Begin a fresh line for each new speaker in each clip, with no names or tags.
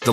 The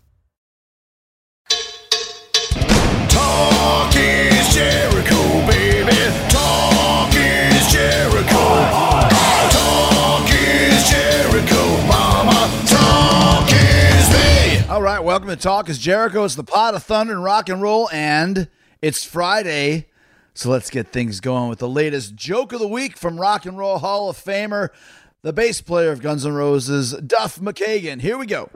Talk is Jericho, baby. Talk is Jericho. Talk is Jericho, mama. Talk is me.
All right, welcome to Talk is Jericho. It's the pot of thunder and rock and roll, and it's Friday. So let's get things going with the latest joke of the week from Rock and Roll Hall of Famer, the bass player of Guns N' Roses, Duff McKagan. Here we go.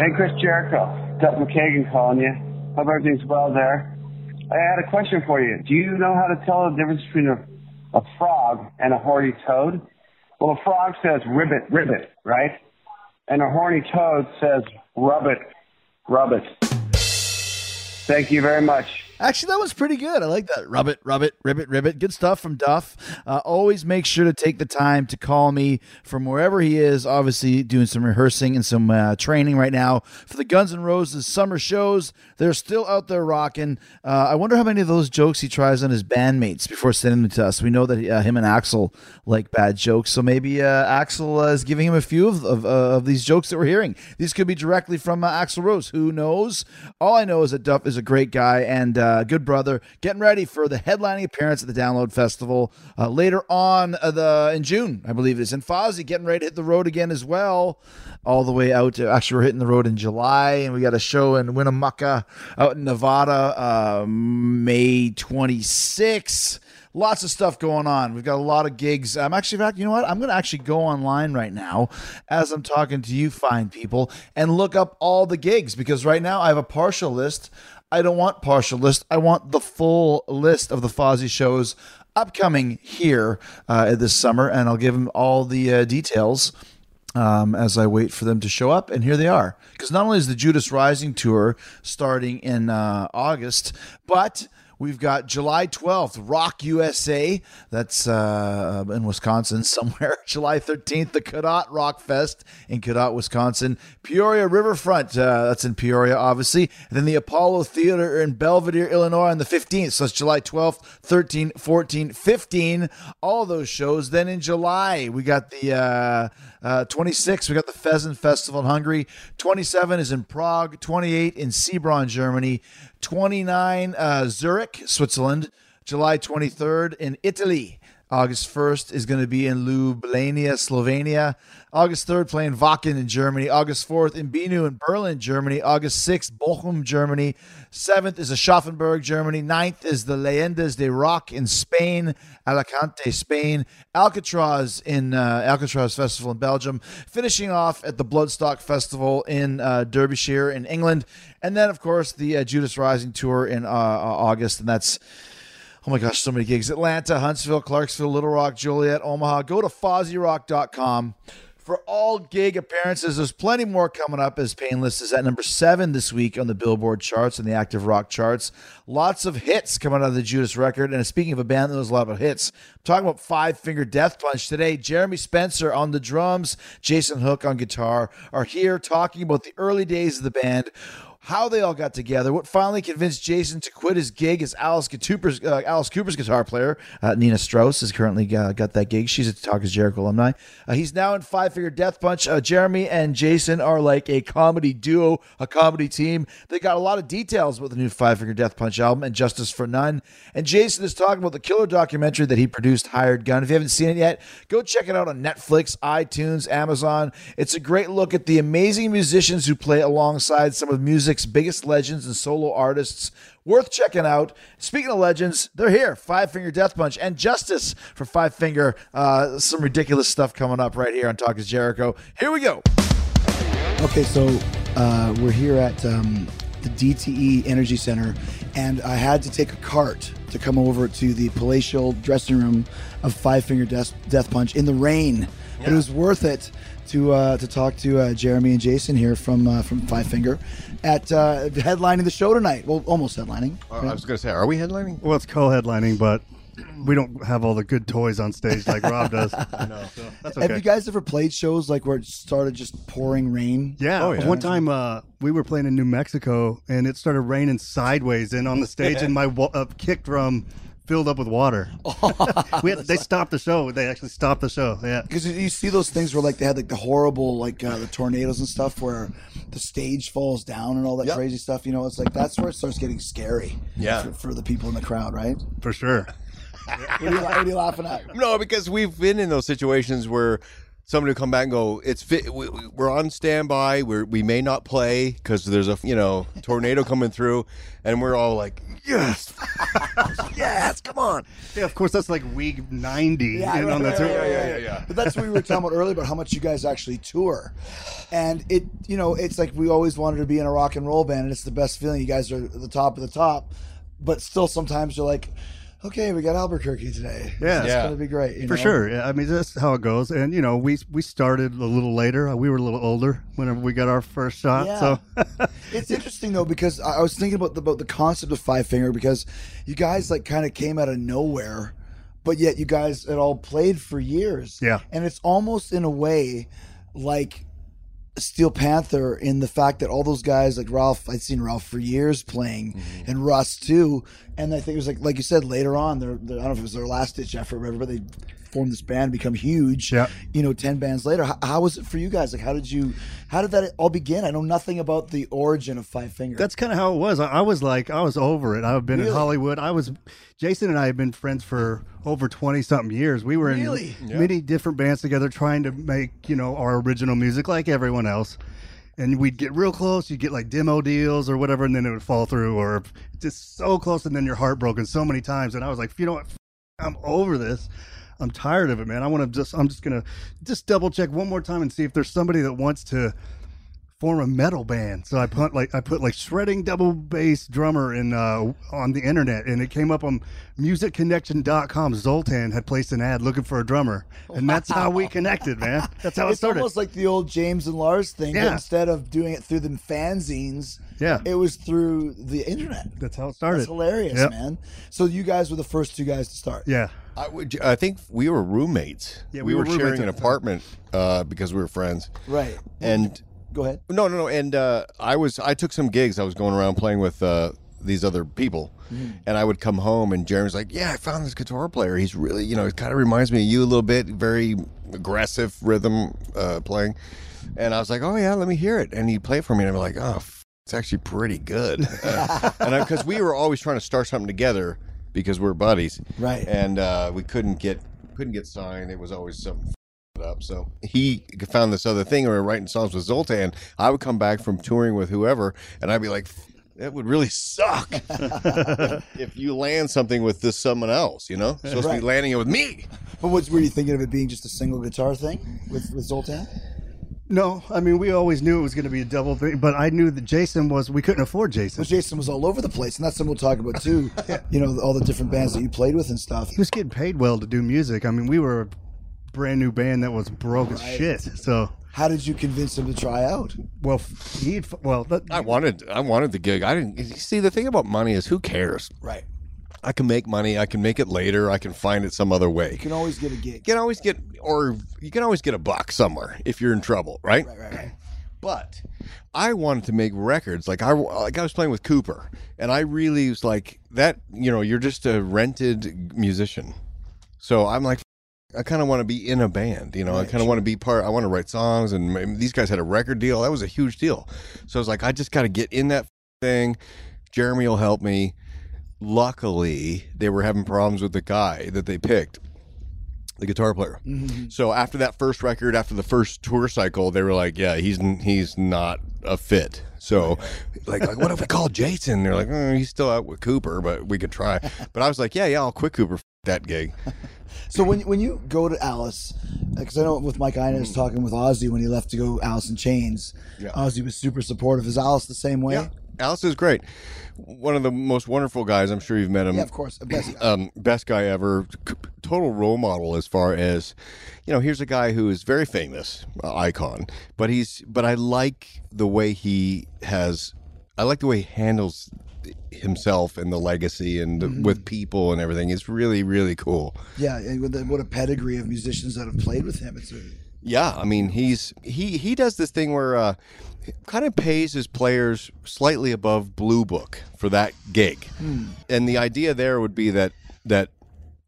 Hey, Chris Jericho. Doug McKagan calling you. Hope everything's well there. I had a question for you. Do you know how to tell the difference between a, a frog and a horny toad? Well, a frog says ribbit, ribbit, right? And a horny toad says rubbit, rubbit. Thank you very much.
Actually, that was pretty good. I like that. Rubbit, rubbit, ribbit, ribbit. Good stuff from Duff. Uh, always make sure to take the time to call me from wherever he is. Obviously, doing some rehearsing and some uh, training right now for the Guns N' Roses summer shows. They're still out there rocking. Uh, I wonder how many of those jokes he tries on his bandmates before sending them to us. We know that uh, him and Axel like bad jokes, so maybe uh, Axel uh, is giving him a few of, of, uh, of these jokes that we're hearing. These could be directly from uh, Axel Rose. Who knows? All I know is that Duff is a great guy and uh, good brother. Getting ready for the headlining appearance at the Download Festival uh, later on uh, the in June, I believe it is. And Fozzy getting ready to hit the road again as well, all the way out. To, actually, we're hitting the road in July, and we got a show in Winnemucca out in Nevada, uh, May 26th lots of stuff going on. We've got a lot of gigs. I'm actually, in fact, you know what? I'm going to actually go online right now as I'm talking to you, fine people, and look up all the gigs because right now I have a partial list. I don't want partial list. I want the full list of the Fozzy shows upcoming here uh, this summer, and I'll give them all the uh, details um, as I wait for them to show up, and here they are. Because not only is the Judas Rising tour starting in uh, August, but we've got July 12th, Rock USA. That's uh, in Wisconsin somewhere. July 13th, the Cadott Rock Fest in Cadott, Wisconsin. Peoria Riverfront, uh, that's in Peoria, obviously. And then the Apollo Theater in Belvedere, Illinois on the 15th. So that's July 12th, 13, 14, 15. All those shows. Then in July, we got the uh, uh, 26th, we got the Pheasant Festival in Hungary. 27 is in Prague. 28 in Sebron, Germany. 29 uh, Zurich, Switzerland. July 23rd in Italy. August 1st is going to be in Ljubljana, Slovenia. August 3rd, playing Wacken in Germany. August 4th, in Binu in Berlin, Germany. August 6th, Bochum, Germany. 7th is Aschaffenburg, Germany. 9th is the Leyendas de Rock in Spain, Alicante, Spain. Alcatraz in uh, Alcatraz Festival in Belgium. Finishing off at the Bloodstock Festival in uh, Derbyshire in England. And then, of course, the uh, Judas Rising Tour in uh, uh, August. And that's oh my gosh, so many gigs. Atlanta, Huntsville, Clarksville, Little Rock, Joliet, Omaha. Go to FozzyRock.com for all gig appearances. There's plenty more coming up as Painless is at number seven this week on the Billboard charts and the active rock charts. Lots of hits coming out of the Judas record. And speaking of a band that knows a lot about hits, I'm talking about Five Finger Death Punch today. Jeremy Spencer on the drums, Jason Hook on guitar are here talking about the early days of the band how they all got together, what finally convinced Jason to quit his gig as Alice Cooper's, uh, Alice Cooper's guitar player. Uh, Nina Strauss has currently uh, got that gig. She's a Talkers Jericho alumni. Uh, he's now in Five Figure Death Punch. Uh, Jeremy and Jason are like a comedy duo, a comedy team. They got a lot of details with the new Five Figure Death Punch album and Justice for None. And Jason is talking about the killer documentary that he produced, Hired Gun. If you haven't seen it yet, go check it out on Netflix, iTunes, Amazon. It's a great look at the amazing musicians who play alongside some of music's biggest legends and solo artists. Worth checking out. Speaking of legends, they're here. Five Finger Death Punch and Justice for Five Finger. Uh, some ridiculous stuff coming up right here on Talk is Jericho. Here we go.
Okay, so uh, we're here at um, the DTE Energy Center, and I had to take a cart to come over to the palatial dressing room of Five Finger Death, Death Punch in the rain. But it was worth it to uh, to talk to uh, Jeremy and Jason here from uh, from Five Finger at uh, headlining the show tonight. Well, almost headlining.
Uh, I was going to say, are we headlining?
Well, it's co-headlining, but we don't have all the good toys on stage like Rob does. no, so that's okay.
Have you guys ever played shows like where it started just pouring rain?
yeah,
Oh, yeah.
One time uh, we were playing in New Mexico, and it started raining sideways and on the stage, and my wa- uh, kick drum filled up with water. we had, they stopped the show. They actually stopped the show. Yeah.
because you see those things where like they had like the horrible like uh, the tornadoes and stuff where the stage falls down and all that crazy stuff. You know, it's like that's where it starts getting scary.
Yeah.
for, for the people in the crowd, right?
For sure.
What are you, what are you laughing at?
No, because we've been in those situations where somebody will come back and go, "It's fit. We, we- we're on standby. We're, we may not play because there's a you know tornado coming through," and we're all like, "Yes, yes, come on."
Yeah, of course, that's like week 90.
Yeah,
and
right,
on the
right,
tour-
right, right, right. But that's what we were talking about earlier about how much you guys actually tour, and it you know it's like we always wanted to be in a rock and roll band, and it's the best feeling. You guys are the top of the top, but still sometimes you're like, okay, we got Albuquerque today.
Yeah.
it's
Yeah.
gonna be great you
For
know?
sure. Yeah, I mean, that's how it goes. And, you know, we we started a little later. Uh, We were a little older whenever we got our first shot.
Yeah.
So,
It's interesting though because I I was thinking about the, about the concept of five finger because you guys like kind of came out of nowhere, but yet you guys had all played for years.
Yeah.
and it's almost in a way like Steel Panther in the fact that all those guys like Ralph, I'd seen Ralph for years playing,
Mm-hmm.
and Russ too. And I think it was like like you said later on, their, their- I don't know if it was their last ditch effort, or whatever, but they formed this band, become huge.
Yeah.
you know, ten bands later. How, how was it for you guys? Like, how did you, how did that all begin? I know nothing about the origin of Five Finger.
That's kind of how it was. I, I was like, I was over it. I've been
Really?
in Hollywood. I was, Jason and I have been friends for over 20 something years. We were
Really?
in many different bands together trying to make, you know, our original music like everyone else. And we'd get real close. You'd get like demo deals or whatever, and then it would fall through or just so close. And then you're heartbroken so many times. And I was like, you know what? F- I'm over this. I'm tired of it, man. I want to just, I'm just going to just double check one more time and see if there's somebody that wants to form a metal band. So I put like I put like shredding double bass drummer in uh, on the internet, and it came up on musicconnection.com. Zoltan had placed an ad looking for a drummer, and that's how we connected, man. That's how it
it's
started.
almost like the old James and Lars thing. but
Yeah.
Instead of doing it through the fanzines,
Yeah.
it was through the internet.
that's how it started.
That's hilarious,
Yep.
man. So you guys were the first two guys to start.
Yeah.
I, would, I think we were roommates.
Yeah,
we,
we
were,
were roommates
sharing an
at the time.
apartment uh, because we were friends,
Right.
and.
Go ahead.
No, no, no. And uh, I was I took some gigs. I was going around playing with uh, these other people, and I would come home and Jeremy's like, "Yeah, I found this guitar player. He's really, you know, it kind of reminds me of you a little bit. Very aggressive rhythm uh, playing." And I was like, "Oh yeah, let me hear it." And he played for me, and I'm like, "Oh, f- it's actually pretty good." and because we were always trying to start something together because we are buddies,
Right.
And uh, we couldn't get couldn't get signed. It was always something it up. So he found this other thing, or writing songs with Zoltan. I would come back from touring with whoever, and I'd be like, "That would really suck if you land something with this someone else." You know, supposed to
Right.
be landing it with me.
But what were you thinking of it being just a single guitar thing with, with Zoltan?
No, I mean we always knew it was going to be a double thing, but I knew that Jason was. We couldn't afford Jason.
But Jason was all over the place, and that's something we'll talk about too. You know, all the different bands that you played with and stuff.
He was getting paid well to do music. I mean, we were a brand new band that was broke as shit. So,
How did you convince him to try out?
well, f- he well, that,
I wanted, I wanted the gig. I didn't you see the thing about money is who cares.
Right.
I can make money. I can make it later. I can find it some other way.
You can always get a gig.
You can always get, or you can always get a buck somewhere if you're in trouble, right?
Right, right, right.
But I wanted to make records. Like I like I was playing with Cooper, and I really was like that. You know, you're just a rented musician. So I'm like, I kind of want to be in a band. You know, I kind of want to be part. I want to write songs, and m- these guys had a record deal. That was a huge deal. So I was like, I just got to get in that thing. Jeremy will help me. Luckily, they were having problems with the guy that they picked, the guitar player. So after that first record, after the first tour cycle, they were like, "Yeah, he's n- he's not a fit." So, like, like what if we call Jason? They're like, "Mm, "He's still out with Cooper, but we could try." But I was like, "Yeah, yeah, I'll quit Cooper f- that gig."
So when when you go to Alice, because I know with Mike I was talking with Ozzy when he left to go Alice in Chains,
Mm. Yeah.
Ozzy was super supportive. Is Alice the same way?
Yeah, Alice is great. One of the most wonderful guys. I'm sure you've met him.
Yeah, of course. Best-
um, best guy ever, c- total role model as far as, you know, here's a guy who is very famous, uh, icon, but he's, but I like the way he has, I like the way he handles himself and the legacy and
Mm-hmm.
with people and everything. It's really, really cool.
Yeah, and with the, what a pedigree of musicians that have played with him. It's a,
Yeah, I mean he's he he does this thing where uh, kind of pays his players slightly above blue book for that gig, and the idea there would be that that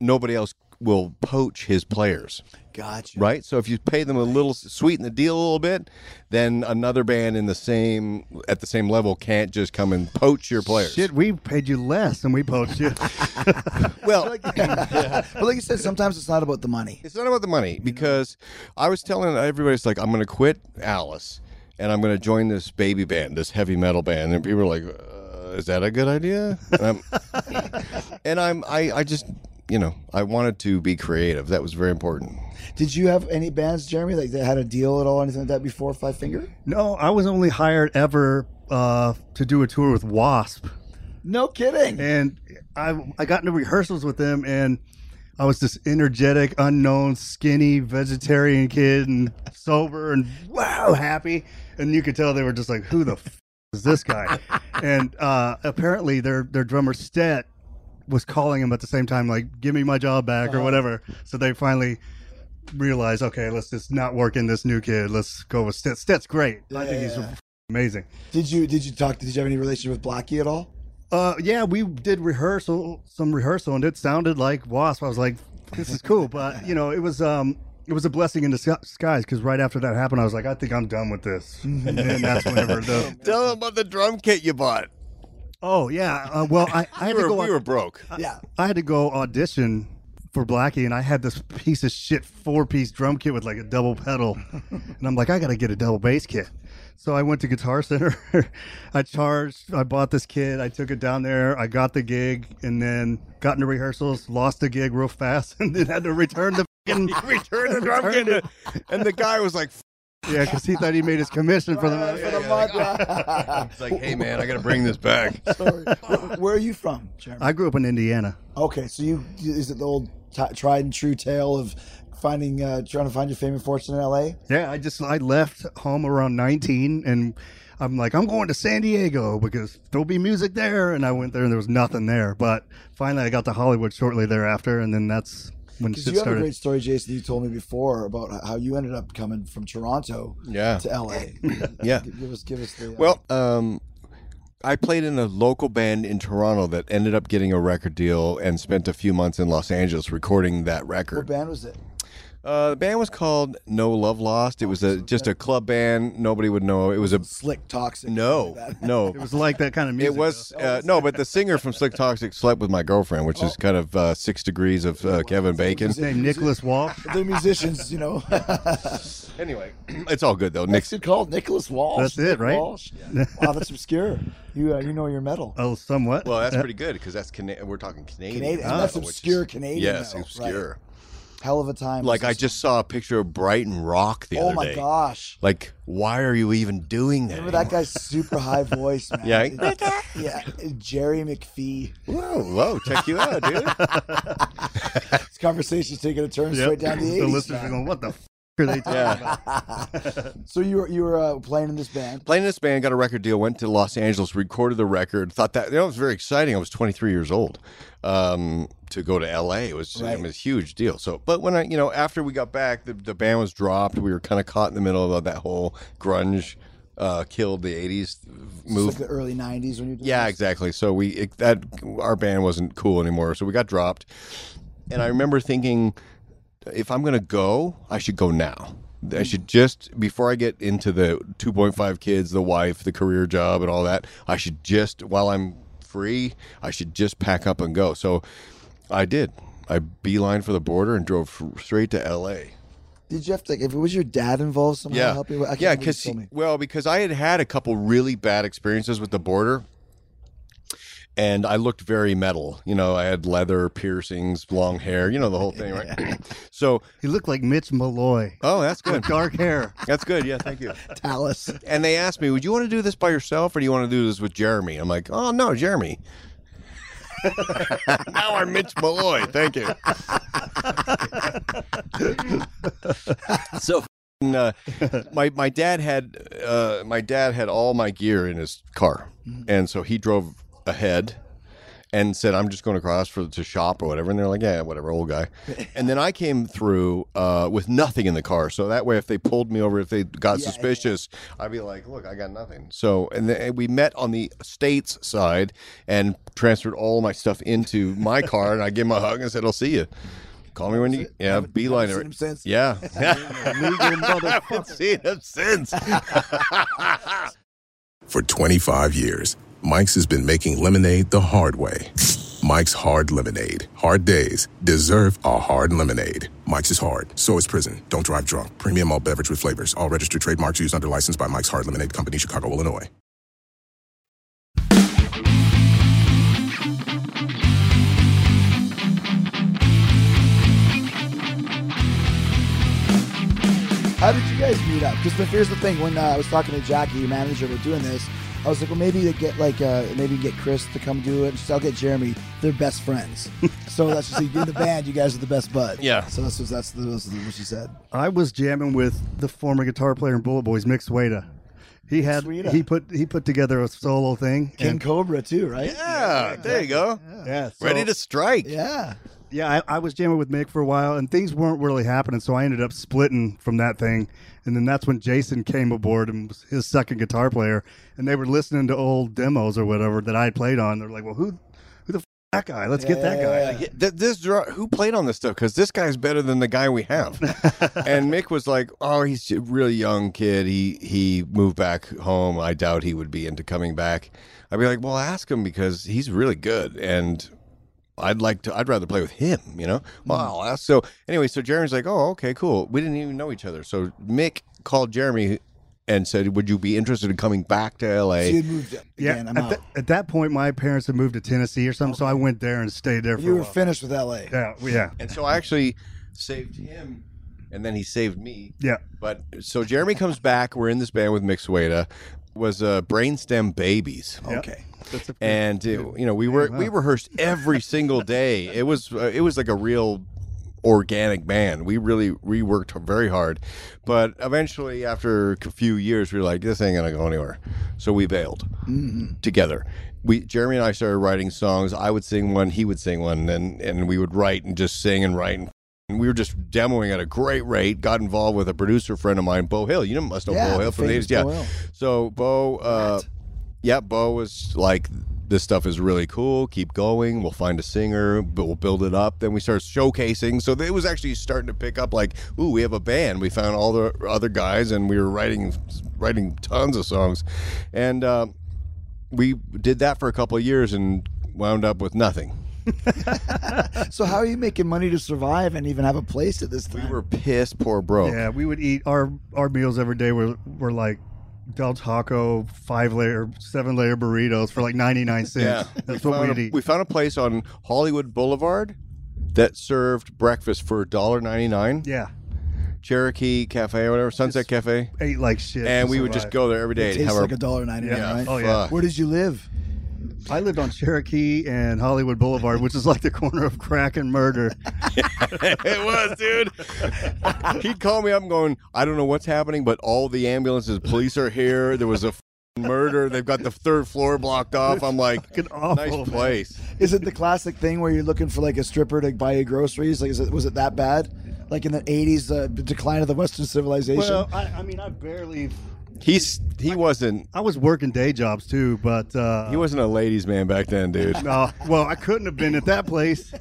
nobody else will poach his players,
gotcha.
right? So if you pay them a little sweeten the deal a little bit, then another band in the same at the same level can't just come and poach your players.
Shit, we paid you less than we poached you.
Well,
But like you said, sometimes it's not about the money.
It's not about the money because I was telling everybody, it's like, I'm going to quit Alice and I'm going to join this baby band, this heavy metal band. And people are like, uh, is that a good idea? And I'm, and I'm I, I just, you know, I wanted to be creative. That was very important.
Did you have any bands, Jeremy, like that had a deal at all, anything like that before Five Finger?
no, I was only hired ever uh, to do a tour with Wasp.
No kidding.
and I I got into rehearsals with them, and I was this energetic, unknown, skinny vegetarian kid, and sober, and wow, happy, and you could tell they were just like, who the f- is this guy? and uh, apparently, their their drummer Stet was calling him at the same time, like, give me my job back or whatever. So they finally realized, okay, let's just not work in this new kid. Let's go with Stet. Stet's great. I think he's f- amazing.
Did you did you talk? Did you have any relationship with Blackie at all?
Uh, yeah, we did rehearsal, some rehearsal, and it sounded like Wasp. I was like, "This is cool," but you know, it was um, it was a blessing in disguise because right after that happened, I was like, "I think I'm done with this," and then that's whenever the
Tell them about the drum kit you bought.
oh yeah, uh, well I I had to go
we were broke.
Yeah.
I had to go audition for Blackie, and I had this piece of shit four piece drum kit with like a double pedal, and I'm like, I gotta get a double bass kit. So I went to Guitar Center. I charged. I bought this kit. I took it down there. I got the gig, and then got into rehearsals. Lost the gig real fast, and then had to return the. fucking-
Returned the drum kit. to- and the guy was like, "F-
yeah, because he thought he made his commission for the.
it's like, hey, man, I got to bring this back.
Sorry. Where- Where are you from, Jeremy?
I grew up in Indiana.
Okay, so you is it the old t- tried and true tale of finding uh, trying to find your fame and fortune in L.A.
Yeah, I just I left home around 19 and I'm like I'm going to San Diego because there'll be music there and I went there and there was nothing there, but finally I got to Hollywood shortly thereafter and then that's when
Because you
shit
have
started.
a great story, Jason. You told me before about how you ended up coming from Toronto
Yeah.
to L.A.
Yeah.
give us give us the uh,
Well, um, I played in a local band in Toronto that ended up getting a record deal and spent a few months in Los Angeles recording that
what
record.
band was it?
Uh, the band was called No Love Lost. It was a just a club band. Nobody would know. It was a
Slick Toxic.
no, no.
it was like that kind of music.
It was uh, no, but the singer from Slick Toxic slept with my girlfriend, which
Oh.
is kind of uh, six degrees of uh, Kevin Bacon.
though. his name Nicholas Walsh.
They're musicians, you know.
Anyway, it's all good though. Nick's
What's it called? Nicholas Walsh.
That's it, right?
Walsh. Wow, that's obscure. You uh, you know your metal.
Oh, somewhat.
well, that's pretty good because that's Cana- we're talking Canadian.
Canadian.
metal,
that's
which is-
obscure Canadian.
Yes,
metal,
obscure.
Right. Hell of a time.
Like I just saw a picture of Brighton Rock the
Oh
other
my
day.
gosh.
Like, why are you even doing that?
Remember that guy's super high voice, man.
Yeah.
It- yeah. Jerry McPhee.
Whoa, whoa, check you out, dude.
This conversation's taking a turn
Yep.
straight down the
the
eighties.
listeners are going, "What the f- are they talking
Yeah.
about?"
so you were you were uh, playing in this band.
Playing in this band, got a record deal, went to Los Angeles, recorded the record, thought that, you know, it was very exciting. I was 23 years old. Um, to go to LA it was,
Right.
it was a huge deal. So, but when I, you know, after we got back, the, the band was dropped. We were kind of caught in the middle of that whole grunge uh, killed the '80s
It's
move.
like the early '90s when you're doing
Yeah,
this.
exactly. So we it, that our band wasn't cool anymore, so we got dropped. And I remember thinking, if I'm gonna go, I should go now. I should just before I get into the 2.5 kids, the wife, the career job, and all that. I should just while I'm free, I should just pack up and go. So I did. I beeline for the border and drove f- straight to L.A.
Did you have to? Like, if it was your dad involved somehow,
Yeah,
help you? I can't
yeah,
remember what you
because
told me.
well, because I had had a couple really bad experiences with the border, and I looked very metal. You know, I had leather piercings, long hair, you know, the whole thing, right? so,
He looked like Mitch Malloy.
oh, that's
With
good.
dark hair.
That's good. Yeah, thank you.
Dallas.
And they asked me, "Would you want to do this by yourself, or do you want to do this with Jeremy?" I'm like, "Oh no, Jeremy." now I'm Mitch Malloy. Thank you. so and, uh, my my dad had uh, my dad had all my gear in his car,
Mm-hmm.
and so he drove ahead and said, "I'm just going across for to shop or whatever." And they're like, "Yeah, whatever, old guy." And then I came through uh, with nothing in the car, so that way, if they pulled me over, if they got suspicious, I'd be like, "Look, I got nothing." So, and, then, and we met on the states side and transferred all my stuff into my car, and I gave him a hug and said, "I'll see you." Call me when you yeah beeline
haven't
it.
seen him since.
yeah I haven't seen him since
For 25 years, Mike's has been making lemonade the hard way. Mike's Hard Lemonade. Hard days deserve a hard lemonade. Mike's is hard, so is prison. Don't drive drunk. Premium all beverage with flavors. All registered trademarks used under license by Mike's Hard Lemonade Company, Chicago, Illinois.
How did you guys meet up? Because here's the thing: when uh, I was talking to Jackie, your manager, about doing this, I was like, "Well, maybe they get like, uh, maybe get Chris to come do it. Just, I'll get Jeremy. They're best friends. so that's just in the band. You guys are the best bud.
Yeah.
So that's that's, the, that's the, what she said.
I was jamming with the former guitar player in Bullet Boys, Mick Sueda. He had
Sueda.
he put he put together a solo thing.
King
and-
Cobra too, right?
yeah there you go
yeah, so-
ready to strike
Yeah.
Yeah, I, I was jamming with Mick for a while, and things weren't really happening, so I ended up splitting from that thing. And then that's when Jason came aboard and was his second guitar player, and they were listening to old demos or whatever that I had played on. They're like, "Well, who, who the f- that guy? Let's get that guy."
Yeah, th- this dr- who played on this stuff because this guy's better than the guy we have. and Mick was like, "Oh, he's a really young kid. He he moved back home. I doubt he would be into coming back." I'd be like, "Well, ask him because he's really good, and I'd like to. I'd rather play with him. You know." Well, I'll ask. So anyway, so Jeremy's like, "Oh, okay, cool. We didn't even know each other." So Mick called Jeremy and said, "Would you be interested in coming back to L.A.?"
You had moved again.
Yeah,
I'm
at,
out.
tha- at that point, my parents had moved to Tennessee or something, so I went there and stayed there for
you
a
were
while.
finished with LA.
yeah, yeah,
And so I actually saved him, and then he saved me.
yeah.
But so Jeremy comes back. We're in this band with Mick Sueda. Was uh, Brainstem Babies.
Okay.
And uh, you know we were we rehearsed every single day. It was uh, it was like a real organic band. We really we worked very hard, but eventually after a few years we were like this ain't gonna go anywhere, so we bailed together. We Jeremy and I started writing songs. I would sing one, he would sing one, and and we would write and just sing and write and and we were just demoing at a great rate. Got involved with a producer friend of mine, Bo Hill. You know, must know
Yeah,
Bo Hill
the
from the
famous
eighties. Yeah.
Bo Hill.
So Bo, uh, yeah, Bo was like, "This stuff is really cool. Keep going. We'll find a singer. But we'll build it up." Then we started showcasing. So it was actually starting to pick up. Like, ooh, we have a band. We found all the other guys, and we were writing, writing tons of songs, and uh, we did that for a couple of years and wound up with nothing.
So how are you making money to survive and even have a place at this time?
We were pissed poor broke.
Yeah, we would eat our our meals every day were were like Del Taco five layer, seven layer burritos for like ninety nine cents. that's
we
what
found
we'd
a,
eat.
we found a place on Hollywood Boulevard that served breakfast for $1.99.
yeah,
Cherokee Cafe or whatever, Sunset Cafe.
ate like shit,
And
to
we would just
survive.
go there every day
it
to
tastes
have our
like a dollar ninety nine,
Yeah.
right?
Oh, yeah.
fuck.
Where did you live?
I lived on Cherokee and Hollywood Boulevard, which is like the corner of crack and murder.
it was, dude. He'd call me up and going, I don't know what's happening, but all the ambulances, police are here. There was a f***ing murder. They've got the third floor blocked off. I'm like,
Fucking awful,
nice
man.
place.
Is it the classic thing where you're looking for like a stripper to buy you groceries? Like, is it was it that bad? Like in the '80s, uh, decline of the Western civilization.
Well, I, I mean, I barely
He's he wasn't
I was working day jobs too, but uh,
he wasn't a ladies' man back then, dude.
no, well, I couldn't have been at that place.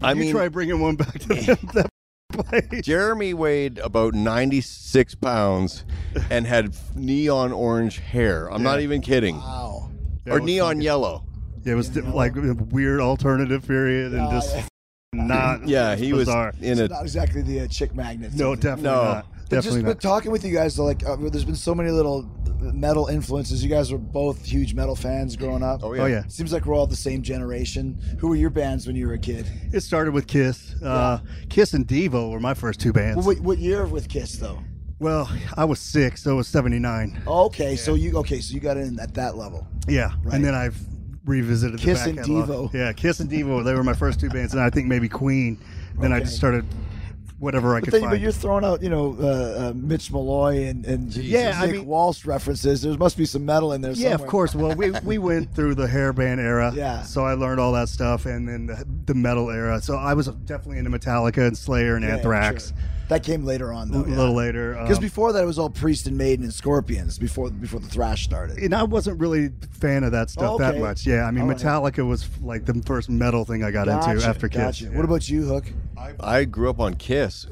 I
you
mean,
try bringing one back to that place.
Jeremy weighed about 96 pounds and had neon orange hair. I'm not even kidding.
Wow.
Yeah,
or
it was
neon
fucking-
yellow.
Yeah, it was like a weird alternative period
Oh,
and just not.
Yeah, he was
bizarre.
in a.
Not exactly the uh, chick magnet.
No,
definitely.
definitely
No.
not.
But
Definitely
just
not.
but talking with you guys, like uh, there's been so many little metal influences. You guys were both huge metal fans growing up.
Oh,
oh yeah,
Seems like we're all the same generation. Who were your bands when you were a kid?
it started with Kiss. Uh, Kiss and Devo were my first two bands.
Well, what, what year with Kiss though?
Well, I was six, so it was seventy nine.
Okay, so you okay, so you got in at that level.
Yeah,
Right.
and then I've revisited the
Kiss
back
and
catalog.
Devo.
Yeah, Kiss and Devo. They were my first two bands, and I think maybe Queen. Then I
Okay.
just started whatever I
But,
could
then,
find.
but you're throwing out, you know, uh, uh, Mitch Malloy and, and
Yeah, I
Nick
mean-
Walsh references. There must be some metal in there.
yeah, of
somewhere.
course. Well, we, we went through the hair band era.
Yeah.
So I learned all that stuff and then the, the metal era. So I was definitely into Metallica and Slayer and
Yeah,
Anthrax
sure. Oh, That came later on,
a
though.
little later.
Because
um,
before that, it was all Priest and Maiden and Scorpions before before the thrash started.
and I wasn't really a fan of that stuff that
Okay.
much. Yeah, I mean,
All right.
Metallica was like the first metal thing I got into after Kiss.
gotcha.
Yeah.
What about you, Hook?
I grew up on Kiss,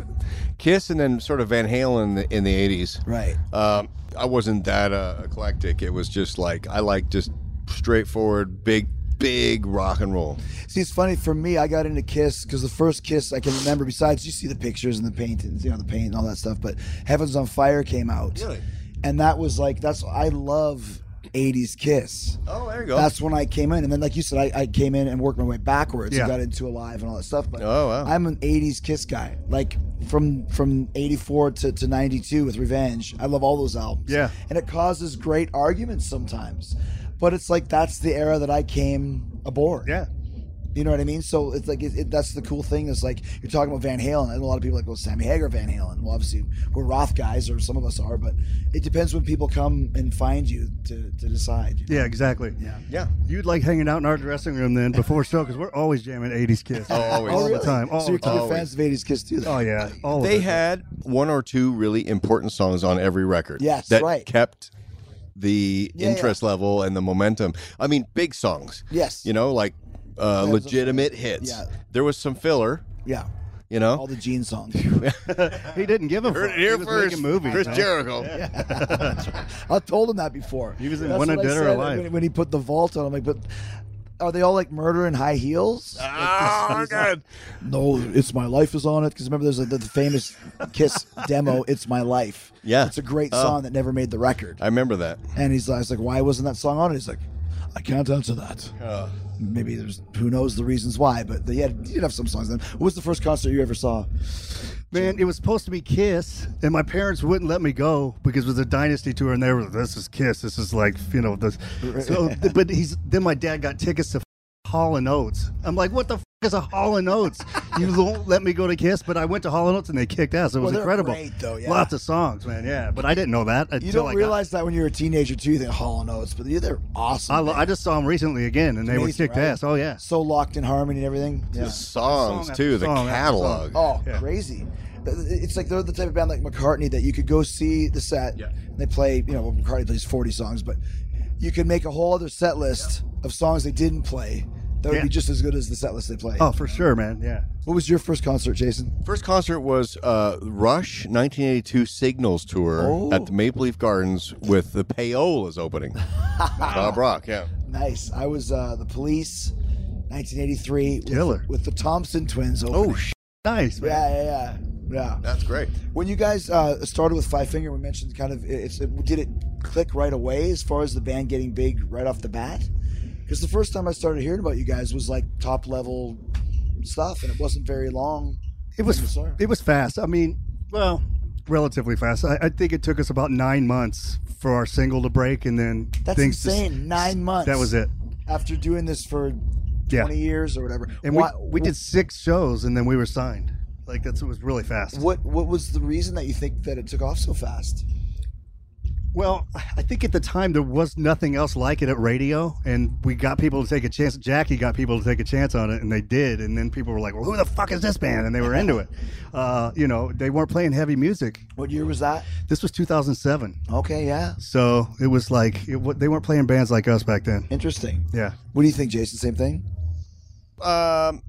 Kiss, and then sort of Van Halen in the, in the 80s.
Right.
Um, I wasn't that uh, eclectic. It was just like I like just straightforward, big, big rock and roll.
See, it's funny for me. I got into Kiss because the first Kiss I can remember. Besides, you see the pictures and the paintings, you know, the paint and all that stuff. But Heaven's on Fire came out,
Really?
and that was like that's I love '80s Kiss.
Oh, there you go.
That's when I came in, and then like you said, I, I came in and worked my way backwards
Yeah.
and got into Alive and all that stuff. But
Oh, wow.
I'm an '80s Kiss guy, like from from '84 to, to '92 with Revenge. I love all those albums.
Yeah.
and it causes great arguments sometimes, but it's like that's the era that I came aboard.
Yeah.
You know what I mean? So it's like it, it, that's the cool thing. Is like you're talking about Van Halen, and a lot of people are like, well, Sammy Hagar, Van Halen. Well, obviously we're Roth guys, or some of us are, but it depends when people come and find you to, to decide.
Yeah, exactly.
Yeah.
yeah.
You'd like hanging out in our dressing room then before show because we're always jamming 80s Kiss.
Oh, always.
all the time. All
so you're,
the time.
you're fans of '80s Kiss too. Then.
Oh, yeah. All
they
Mm-hmm.
of it.
had one or two really important songs on every record.
Yes,
that
right.
kept the
Yeah,
interest level and the momentum. I mean, big songs.
Yes.
you know, like uh,
That was a-
legitimate hits.
Yeah.
There was some filler.
yeah.
You know,
All the Gene songs.
He didn't give a
Heard it
fuck. He
here
was
first.
making movies.
Chris
man.
Jericho.
I told him that before.
He was in
That's
One
what
Dead
I
or
said
Alive.
when, when he put the vault on. I'm like, but are they all like murder in high heels?
Ah,
Oh God!
no, it's my life is on it. Because remember, there's like the, the famous Kiss demo, "It's My Life."
Yeah.
it's a great
Oh.
song that never made the record.
I remember that.
And he's like, I was like, why wasn't that song on it? He's like, I can't answer that.
Oh.
Maybe there's who knows the reasons why, but they had you did have some songs. Then what was the first concert you ever saw?
Man, it was supposed to be Kiss, and my parents wouldn't let me go because it was a Dynasty tour, and they were this is Kiss, this is like you know this. So, th- but he's then my dad got tickets to Hall and Oates. I'm like, what the f- is a Hall and Oates? You won't let me go to Kiss, but I went to Hall and Oates and they kicked ass. It was
Well, they're
incredible.
great, though, yeah.
Lots of songs, man. Yeah, but I didn't know that.
You
until I
don't
got-
realize that when you're a teenager too. You think Hall and Oates, but they're- they're awesome.
I, lo-
man.
I just saw them recently again, and they were
Amazing,
kicked
right?
ass. Oh yeah.
so locked in harmony and everything. Yeah.
The songs
Song
too.
after
The
song after
catalog.
Oh,
Yeah.
crazy. It's like they're the type of band like McCartney that you could go see the set.
Yeah.
And they play, you know, well, McCartney plays 40 songs, but you could make a whole other set list of songs they didn't play that would
Yeah.
be just as good as the set list they played.
Oh, for sure, man. Yeah.
What was your first concert, Jason?
First concert was uh, Rush 1982 Signals tour
Oh.
at the Maple Leaf Gardens with the Payolas opening. Bob Rock. Yeah.
Nice. I was uh, The Police, 1983. with-
Killer.
With, the Thompson Twins.
Oh,
opening.
sh- nice, man.
yeah, yeah, yeah. Yeah.
That's great.
When you guys uh, started with Five Finger, we mentioned kind of it's it, did it click right away as far as the band getting big right off the bat? Because the first time I started hearing about you guys was like top level stuff, and it wasn't very long.
It was
Thank you, sir.
it was fast. I mean, well, relatively fast. I, I think it took us about nine months for our single to break, and then
That's
things just-
insane. Nine months.
that was it.
After doing this for
Yeah.
twenty years or whatever,
And
Why-
we, we did six shows, and then we were signed. Like that's it was really fast.
What What was the reason that you think that it took off so fast?
Well, I think at the time there was nothing else like it at radio, and we got people to take a chance. Jackie got people to take a chance on it, and they did. And then people were like, "Well, who the fuck is this band?" And they were into it. Uh, you know, they weren't playing heavy music.
What year was that?
This was 2007,
Okay, yeah.
so it was like it, wa- they weren't playing bands like us back then.
Interesting.
Yeah,
What do you think, Jason? Same thing?
Um,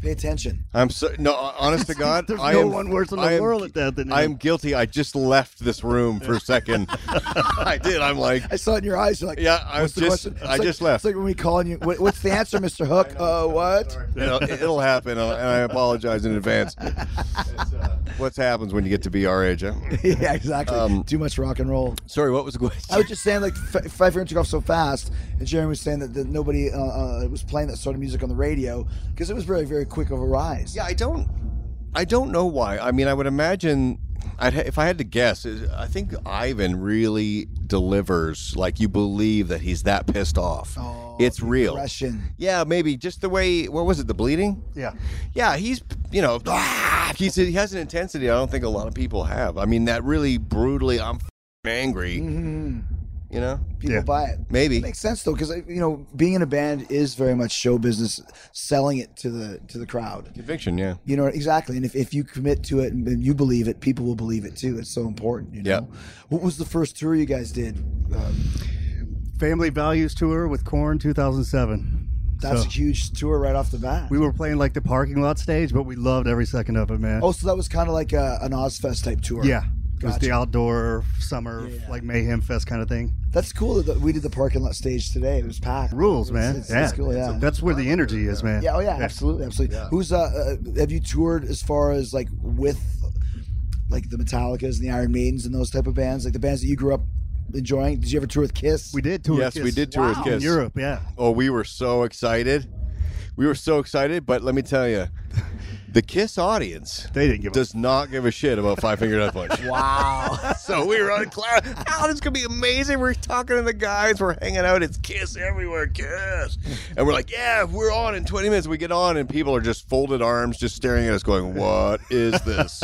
Pay attention.
I'm so no. uh, Honest to God,
There's
I
no
am,
one worse in the
I am-
world at that than him.
I am guilty. I just left this room for a second. I did. I'm like,
I saw it in your eyes. You're like,
Yeah, I was
what's the
just-
question? It's
I
like-
just left.
It's like when we call on you. What, what's the answer, Mr. Hook? Uh, what?
it'll, it'll happen, uh, and I apologize in advance. what happens when you get to be our age? huh?
yeah, exactly.
Um,
Too much rock and roll.
Sorry, what was the question?
I was just saying, like, F- Five Finger took off so fast, and Jeremy was saying that, that nobody uh, uh, was playing that sort of music on the radio because it was very, very quick of a rise.
Yeah, I don't. I don't know why. I mean, I would imagine. I'd, ha- if I had to guess, is- I think Ivan really delivers. Like you believe that he's that pissed off. it's real.
Russian.
Yeah, maybe just the way. What was it? The bleeding.
yeah.
Yeah, he's you know ah, he's he has an intensity I don't think a lot of people have. I mean, that really brutally. I'm f- angry.
Mm-hmm.
You know,
People
Yeah.
buy it.
maybe.
It makes sense though, because you know, being in a band is very much show business, selling it to the to the crowd.
Conviction, yeah.
You know exactly, and if, if you commit to it and and you believe it, people will believe it too. It's so important. You know?
Yeah.
What was the first tour you guys did? Um,
Family Values tour with Corn 2007.
that's
So-
a huge tour right off the bat.
We were playing like the parking lot stage, but we loved every second of it, man.
oh, so that was kind of like a, an Ozfest type tour.
yeah. It was the outdoor summer like mayhem fest kind of thing.
That's cool that we did the parking lot stage today. It was packed.
Rules,
It's-
man.
It's,
yeah.
it's cool. Yeah.
That's where the energy is, man.
Yeah, oh yeah, absolutely, absolutely. Who's uh, uh, have you toured as far as like with like the Metallicas and the Iron Maidens and those type of bands, like the bands that you grew up enjoying? Did you ever tour with Kiss?
We did tour.
Yes,
with
we
Kiss
did tour with
In
Kiss.
Europe, yeah.
Oh, we were so excited. We were so excited, but let me tell you, the Kiss audience
They didn't give a
does not give a shit about Five Finger Death Punch.
Wow.
so we were on a cloud. Oh, this could be amazing. We're talking to the guys. We're hanging out. It's Kiss everywhere, Kiss. And we're like, yeah, we're on in 20 minutes. We get on, and people are just folded arms, just staring at us, going, what is this?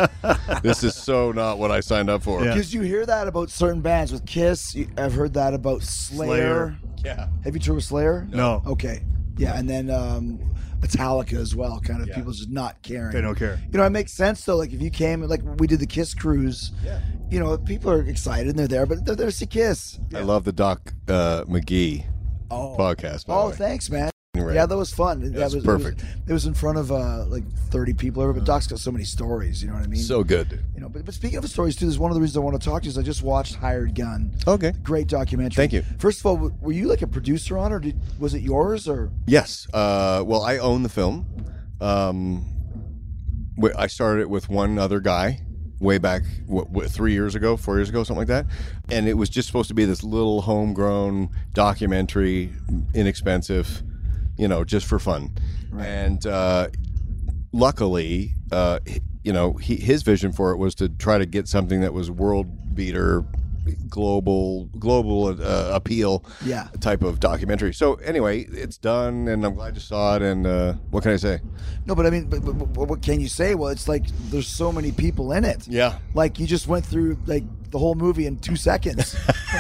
this is so not what I signed up for.
Yeah.
Because you hear that about certain bands with Kiss. You, I've heard that about Slayer.
Slayer.
Yeah.
Have you toured with Slayer?
No.
Oh.
Okay. Yeah, and then um, Metallica as well. Kind of people just not caring.
They don't care.
You know, it makes sense though. Like if you came, like we did the Kiss cruise. Yeah. You know, people are excited and they're there, but they're there to see Kiss.
I love the Doc uh, McGee
Oh.
podcast. By the
Oh,
way.
thanks, man.
Right.
Yeah, that was fun. that
it's
was
perfect. Uh-huh.
It was, it was in front of uh, like 30 people, over, but Doc's got so many stories. You know what I mean?
So good, dude.
you know, but, but speaking of stories too, there's one of the reasons I want to talk to you is I just watched Hired Gun.
Okay.
Great documentary.
Thank you.
First of all, w- were you like a producer on, or did, was it yours, or
Yes. Uh, well, I own the film. Um, wh- I started it with one other guy way back wh- wh- three years ago, four years ago, something like that. And it was just supposed to be this little homegrown documentary, inexpensive, you know, just for fun. And uh, luckily, uh, h- you know, he, his vision for it was to try to get something that was world beater, global, global uh, appeal,
Yeah.
type of documentary. So anyway, it's done, and I'm glad you saw it. And uh, what can I say?
no? But I mean, but, but, but what can you say? Well, it's like there's so many people in it.
Yeah.
Like you just went through like the whole movie in two seconds.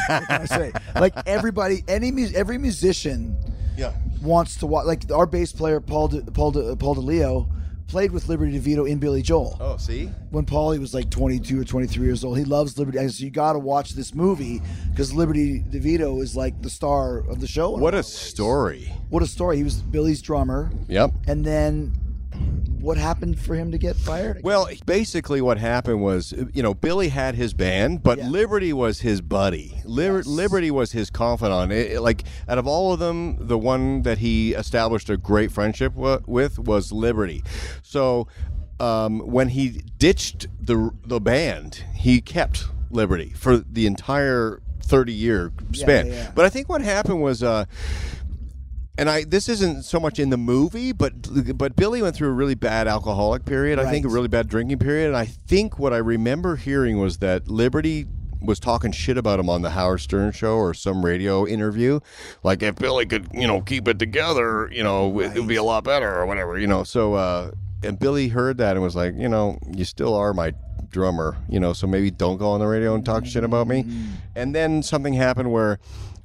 what can I say? Like everybody, any mu- every musician
Yeah.
wants to watch. Like our bass player Paul De, Paul De, Paul DeLeo played with Liberty DeVito in Billy Joel.
Oh, see.
When Paulie was like 22 or 23 years old, he loves Liberty. I said, you got to watch this movie because Liberty DeVito is like the star of the show.
What a story.
what a story! He was Billy's drummer,
Yep.
and then what happened for him to get fired?
Well, basically, what happened was, you know, Billy had his band, but
Yeah.
Liberty was his buddy. Liber- Liberty was his confidant. It- it- like, out of all of them, the one that he established a great friendship wa with was Liberty. So, um, when he ditched the the band, he kept Liberty for the entire thirty year span.
yeah, yeah.
But I think what happened was. Uh, and I this isn't so much in the movie, but but Billy went through a really bad alcoholic period. I think a
Right.
really bad drinking period. And I think what I remember hearing was that Liberty was talking shit about him on the Howard Stern show or some radio interview, like if Billy could you know keep it together, you know it would be a lot better or whatever, you know. So uh, and Billy heard that and was like, you know, you still are my drummer, you know, so maybe don't go on the radio and talk shit about me. And then something happened where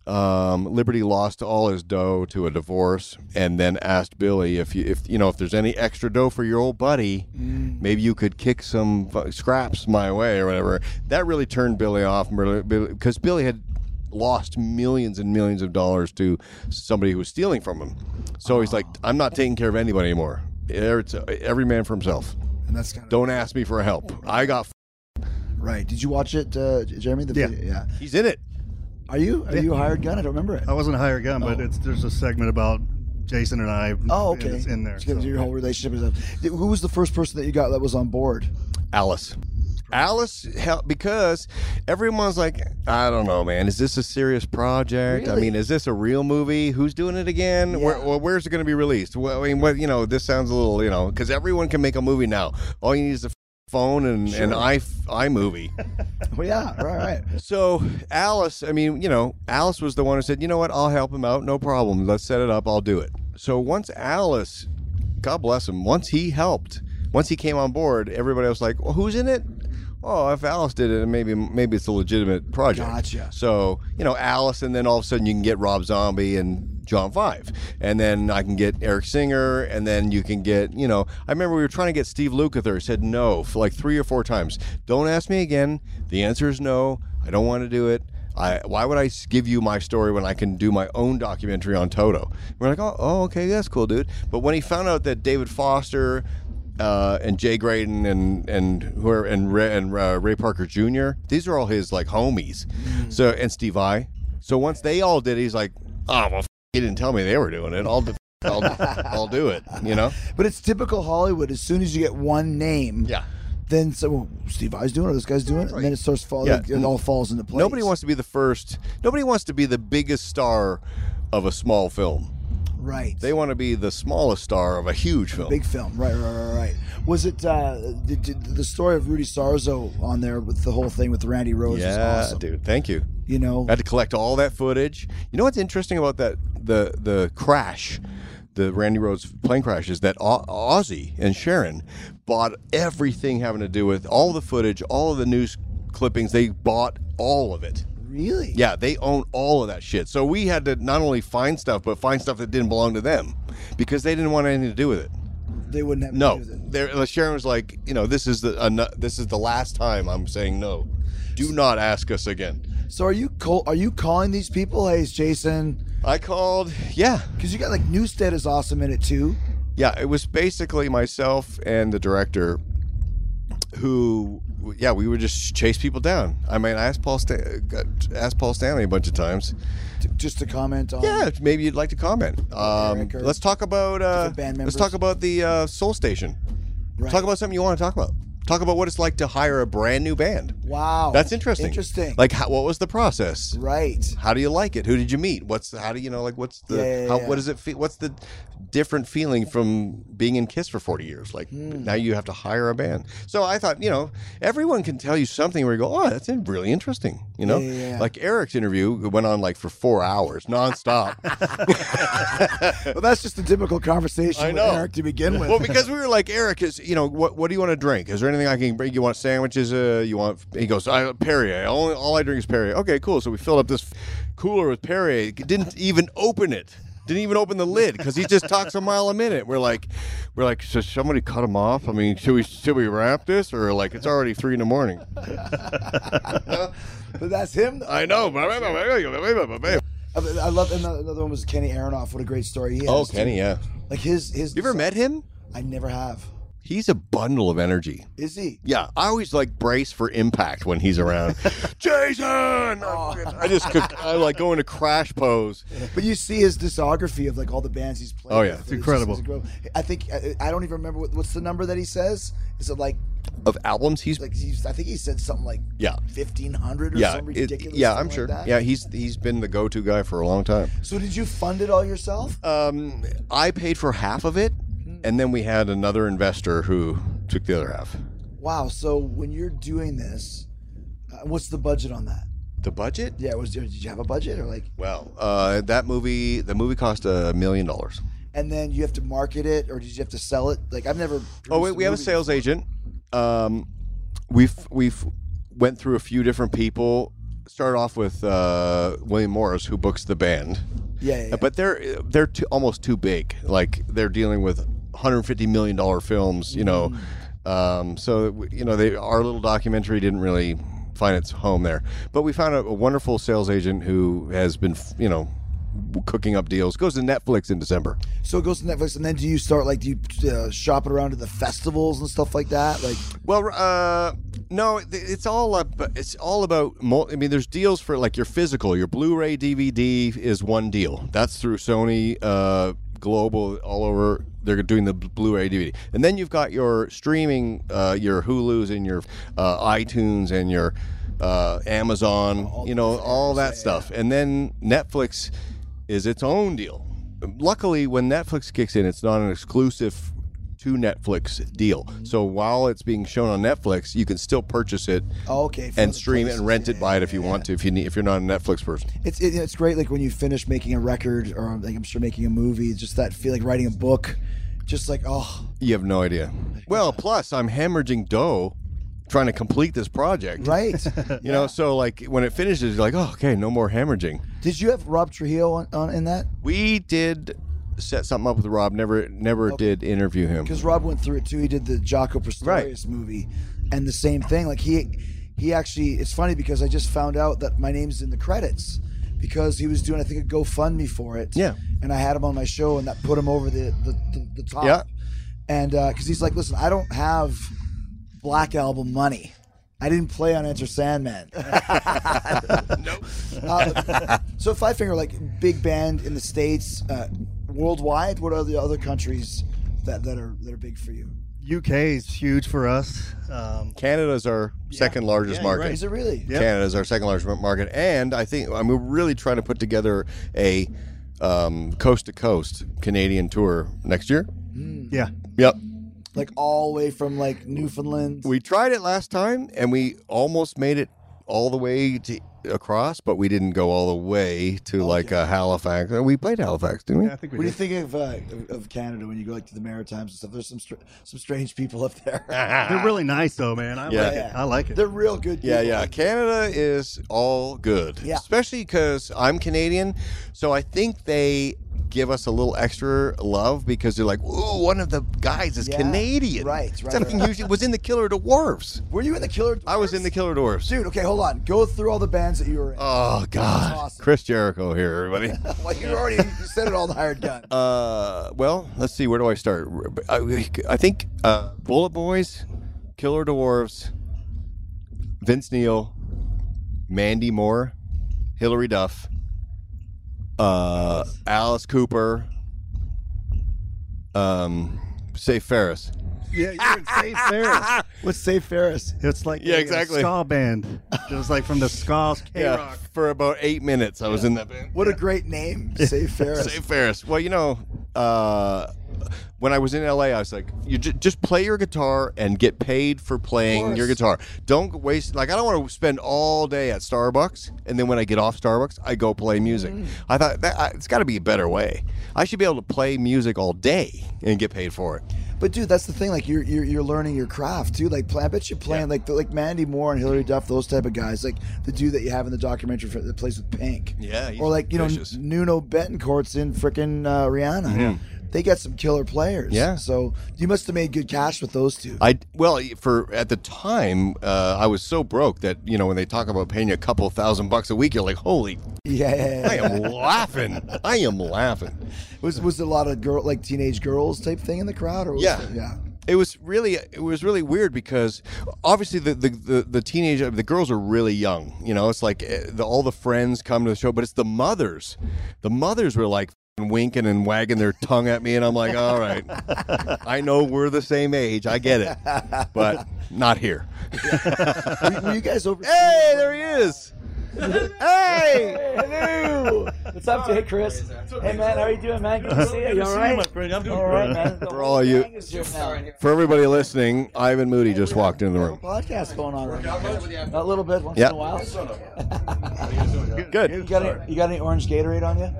um, Liberty lost all his dough to a divorce, and then asked Billy if you, if you know if there's any extra dough for your old buddy, maybe you could kick some fu- scraps my way or whatever. That really turned Billy off because Billy had lost millions and millions of dollars to somebody who was stealing from him. So he's like, I'm not taking care of anybody anymore. It's uh, every man for himself.
and that's kind of
Don't ask me for help. I got. F-
right. Did you watch it, uh, J- Jeremy? The
Yeah.
video? yeah.
he's in it.
Are you are you a hired gun? I don't remember it.
I
Oh,
wasn't a higher gun, but it's there's a segment about Jason and I.
Oh,
and
okay.
It's in there.
It's gonna
so-
do your whole relationship and stuff. Did- Who was the first person that you got that was on board?
Alice. Alice helped because everyone's like, I don't know, man. Is this a serious project? I mean, is this a real movie? Who's doing it again? Where, well, where's it going to be released? Well, I mean, what you know, this sounds a little, you know, because everyone can make a movie now. All you need is a f- phone and an i iMovie.
Well, yeah, right, right.
So Alice, I mean, you know, Alice was the one who said, you know what, I'll help him out, no problem. Let's set it up, I'll do it. So once Alice, God bless him, once he helped, once he came on board, everybody was like, well, who's in it? Oh, if Alice did it, then maybe maybe it's a legitimate project.
Gotcha.
So you know Alice, and then all of a sudden you can get Rob Zombie and John Five, and then I can get Eric Singer, and then you can get you know I remember we were trying to get Steve Lukather, said no for like three or four times. Don't ask me again. The answer is no. I don't want to do it. I, why would I s- give you my story when I can do my own documentary on Toto? We're like, oh, oh okay, that's cool, dude. But when he found out that David Foster uh, and Jay Graydon and and whoever and Ray, and uh, Ray Parker Jr. These are all his like homies. So and Steve I. So once they all did, it, he's like, oh well, f- he didn't tell me they were doing it. I'll do- I'll, I'll do it. You know.
But it's typical Hollywood. As soon as you get one name,
Yeah.
then so well, Steve I's doing it, this guy's doing it, and then it starts falling.
Yeah.
It all falls into place.
Nobody wants to be the first. Nobody wants to be the biggest star of a small film.
right.
They want to be the smallest star of a huge film.
Big film, right, right, right, right. Was it uh, the, the- the story of Rudy Sarzo on there with the whole thing with Randy Rhoads? was
yeah,
awesome.
dude. Thank you.
You know,
I had to collect all that footage. You know what's interesting about that the the crash, the Randy Rhodes plane crash is that Au- Ozzy and Sharon bought everything having to do with all the footage, all of the news clippings. They bought all of it.
really?
Yeah, they own all of that shit. So we had to not only find stuff, but find stuff that didn't belong to them because they didn't want anything to do with it.
They wouldn't have
No,
to do that.
there, uh, Sharon was like, you know, this is the ano- this is the last time I'm saying no. Do not ask us again.
So are you call, are you calling these people? Hey, it's Jason,
I called. Yeah,
because you got like Newstead is awesome in it too.
yeah it was basically myself and the director who yeah we would just chase people down i mean i asked paul, Stan- asked paul stanley a bunch of times
T- just to comment on.
yeah maybe you'd like to comment um,
Eric or
let's talk about uh,
different band
let's
members.
talk about the uh, soul station
Right.
talk about something you want to talk about talk about what it's like to hire a brand new band
Wow.
that's interesting
Interesting.
like how, what was the process
right.
how do you like it? Who did you meet? What's the, how do you know like what's the
Yeah, yeah,
how
yeah.
what does it feel? What's the different feeling from being in Kiss for forty years? Like
Hmm.
now you have to hire a band. So I thought you know everyone can tell you something where you go oh that's in- really interesting you know
Yeah, yeah, yeah.
like Eric's interview went on like for four hours nonstop.
Well, that's just a typical conversation
I
with
know.
Eric to begin with.
Well, because we were like, Eric is, you know, what what do you want to drink? Is there anything I can bring? You want sandwiches? Uh, you want? He goes, I, Perrier. All, all I drink is Perrier. Okay, cool. So we filled up this cooler with Perrier. Didn't even open it. Didn't even open the lid because he just talks a mile a minute. We're like, we're like, should somebody cut him off? I mean, should we should we wrap this or like it's already three in the morning?
but that's him. though.
I know. Oh,
I, I love another, another one was Kenny Aronoff. What a great story he has. too.
Oh, Kenny, yeah.
Like his his.
You ever met him?
I never have.
He's a bundle of energy.
Is he?
Yeah, I always like brace for impact when he's around. Jason,
Oh.
I just could, I like go into crash pose.
But you see his discography of like all the bands he's played.
Oh, yeah.
with.
It's
incredible.
I think I, I don't even remember what, what's the number that he says. Is it like
Of albums, he's
like he's, I think he said something like
Yeah.
fifteen hundred or
yeah,
some
it-
ridiculous
yeah,
thing
I'm
like
sure.
that?
Yeah, he's he's been the go-to guy for a long time.
So did you fund it all yourself?
Um, I paid for half of it,
Hmm.
and then we had another investor who took the other half.
wow. So when you're doing this, uh, what's the budget on that?
The budget?
Yeah, was did you have a budget or like?
Well, uh, that movie the movie cost a million dollars.
And then you have to market it, or did you have to sell it? Like I've never.
Oh
produced
wait, we have a
movie.
sales agent. Um, we've we've went through a few different people. Start off with uh, William Morris, who books the band.
Yeah, yeah, yeah.
but they're they're too, almost too big. Like they're dealing with 150 million dollar films, you know.
Mm.
Um, so you know, they our little documentary didn't really find its home there. But we found a, a wonderful sales agent who has been, you know, cooking up deals. Goes to Netflix in December.
So it goes to Netflix, and then do you start like do you uh, shop it around to the festivals and stuff like that? Like,
Well, uh, no, it- it's all up. It's all about. mul- I mean, there's deals for like your physical, your Blu-ray, DVD is one deal. That's through Sony, uh, global, all over. They're doing the Blu-ray, DVD, and then you've got your streaming, uh, your Hulu's and your uh, iTunes and your uh, Amazon. you know, all that stuff, and then Netflix is its own deal. Luckily, when Netflix kicks in, it's not an exclusive to Netflix deal. So while it's being shown on Netflix, you can still purchase it
Oh, okay, for
and
other
stream it
places.
and rent it, buy it if you want to. If you need, if you're not a Netflix person,
it's it, it's great. Like when you finish making a record, or um, like I'm sure making a movie, it's just that feel like writing a book, just like oh,
you have no idea. Well, plus I'm hemorrhaging dough trying to complete this project.
right.
You know, so like when it finishes, you're like, oh, okay, no more hemorrhaging.
Did you have Rob Trujillo on, on in that?
We did set something up with Rob. Never, never did interview him.
because Rob went through it too. He did the Jaco Pastorius
Right.
movie, and the same thing. Like he, he actually. It's funny because I just found out that my name's in the credits because he was doing I think a GoFundMe for it.
Yeah.
and I had him on my show, and that put him over the the, the, the top.
Yeah.
and because he's like, listen, I don't have Black Album money. I didn't play on Enter Sandman. Uh, so Five Finger, like big band in the states, uh, worldwide. What are the other countries that, that are that are big for you?
UK is huge for us. Um,
Canada's our second largest
Yeah, you're
market.
right.
Is it really?
Yep.
Canada's our second largest market, and I think I'm really trying to put together a um, coast to coast Canadian tour next year.
yeah,
Yep,
Like all the way from like Newfoundland.
we tried it last time, and we almost made it all the way to across, but we didn't go all the way to like uh, Halifax. Uh, We played Halifax, didn't we?
Oh, I think we
What do you
did.
think of, uh, of- of Canada when you go like to the Maritimes and stuff? There's some str- some strange people up there.
They're really nice though, man. I
Yeah.
like it. I like it.
They're real good.
Yeah,
people.
yeah. Canada is all good.
Yeah.
Especially because I'm Canadian. So I think they give us a little extra love because they're like, ooh, one of the guys is
Yeah,
Canadian.
right, right,
Something
right.
usually was in the Killer Dwarfs.
Were you in the Killer?
I was in the Killer Dwarfs.
Dude, okay, hold on. Go through all the bands that you were in.
Oh, God.
awesome.
Chris Jericho here, everybody.
well, you already you said it all in hired gun.
uh, well, let's see. Where do I start? I, I think uh, Bullet Boys, Killer Dwarfs, Vince Neil, Mandy Moore, Hillary Duff, uh, Alice Cooper, um, say Ferris.
yeah, you're in Safe Ferris.
What's Safe Ferris?
It's like
Yeah,
a
exactly.
ska band. It was like from the ska K rock.
for about eight minutes, I was in that band.
What a great name, Safe Ferris.
Say Ferris. Well, you know, uh, when I was in LA, I was like, you j- just play your guitar and get paid for playing your guitar. Don't waste, like, I don't want to spend all day at Starbucks. And then when I get off Starbucks, I go play music. I thought that I, it's got to be a better way. I should be able to play music all day and get paid for it.
But dude, that's the thing. Like you're you're, you're learning your craft too. Like I bet you playing like like Mandy Moore and Hillary Duff, those type of guys. Like the dude that you have in the documentary for, that plays with Pink.
Yeah, he's
Or like you
vicious.
know Nuno Betancourt's in frickin' uh, Rihanna. They got some killer players.
Yeah.
So you must have made good cash with those two.
I well for at the time uh, I was so broke that you know when they talk about paying you a couple thousand bucks a week you're like holy
yeah.
I am laughing I am laughing
was was it a lot of girl like teenage girls type thing in the crowd or was
Yeah.
it- yeah.
it was really it was really weird because obviously the the the, the teenage the girls are really young you know it's like eh, the, all the friends come to the show but it's the mothers the mothers were like f***ing winking and wagging their tongue at me and i'm like all right i know we're the same age i get it but not here
Were, were you guys over?
hey there he is hey
What's up, Jay? Chris? Hey, man, how are you doing, man? Good to see you. You all right? all right, man. The
For
whole
all you-
gang is here now.
for everybody listening ivan moody just walked into the room
podcast going on right now.
A little bit once
Yeah.
in a while.
good
You got any, you got any orange Gatorade on you?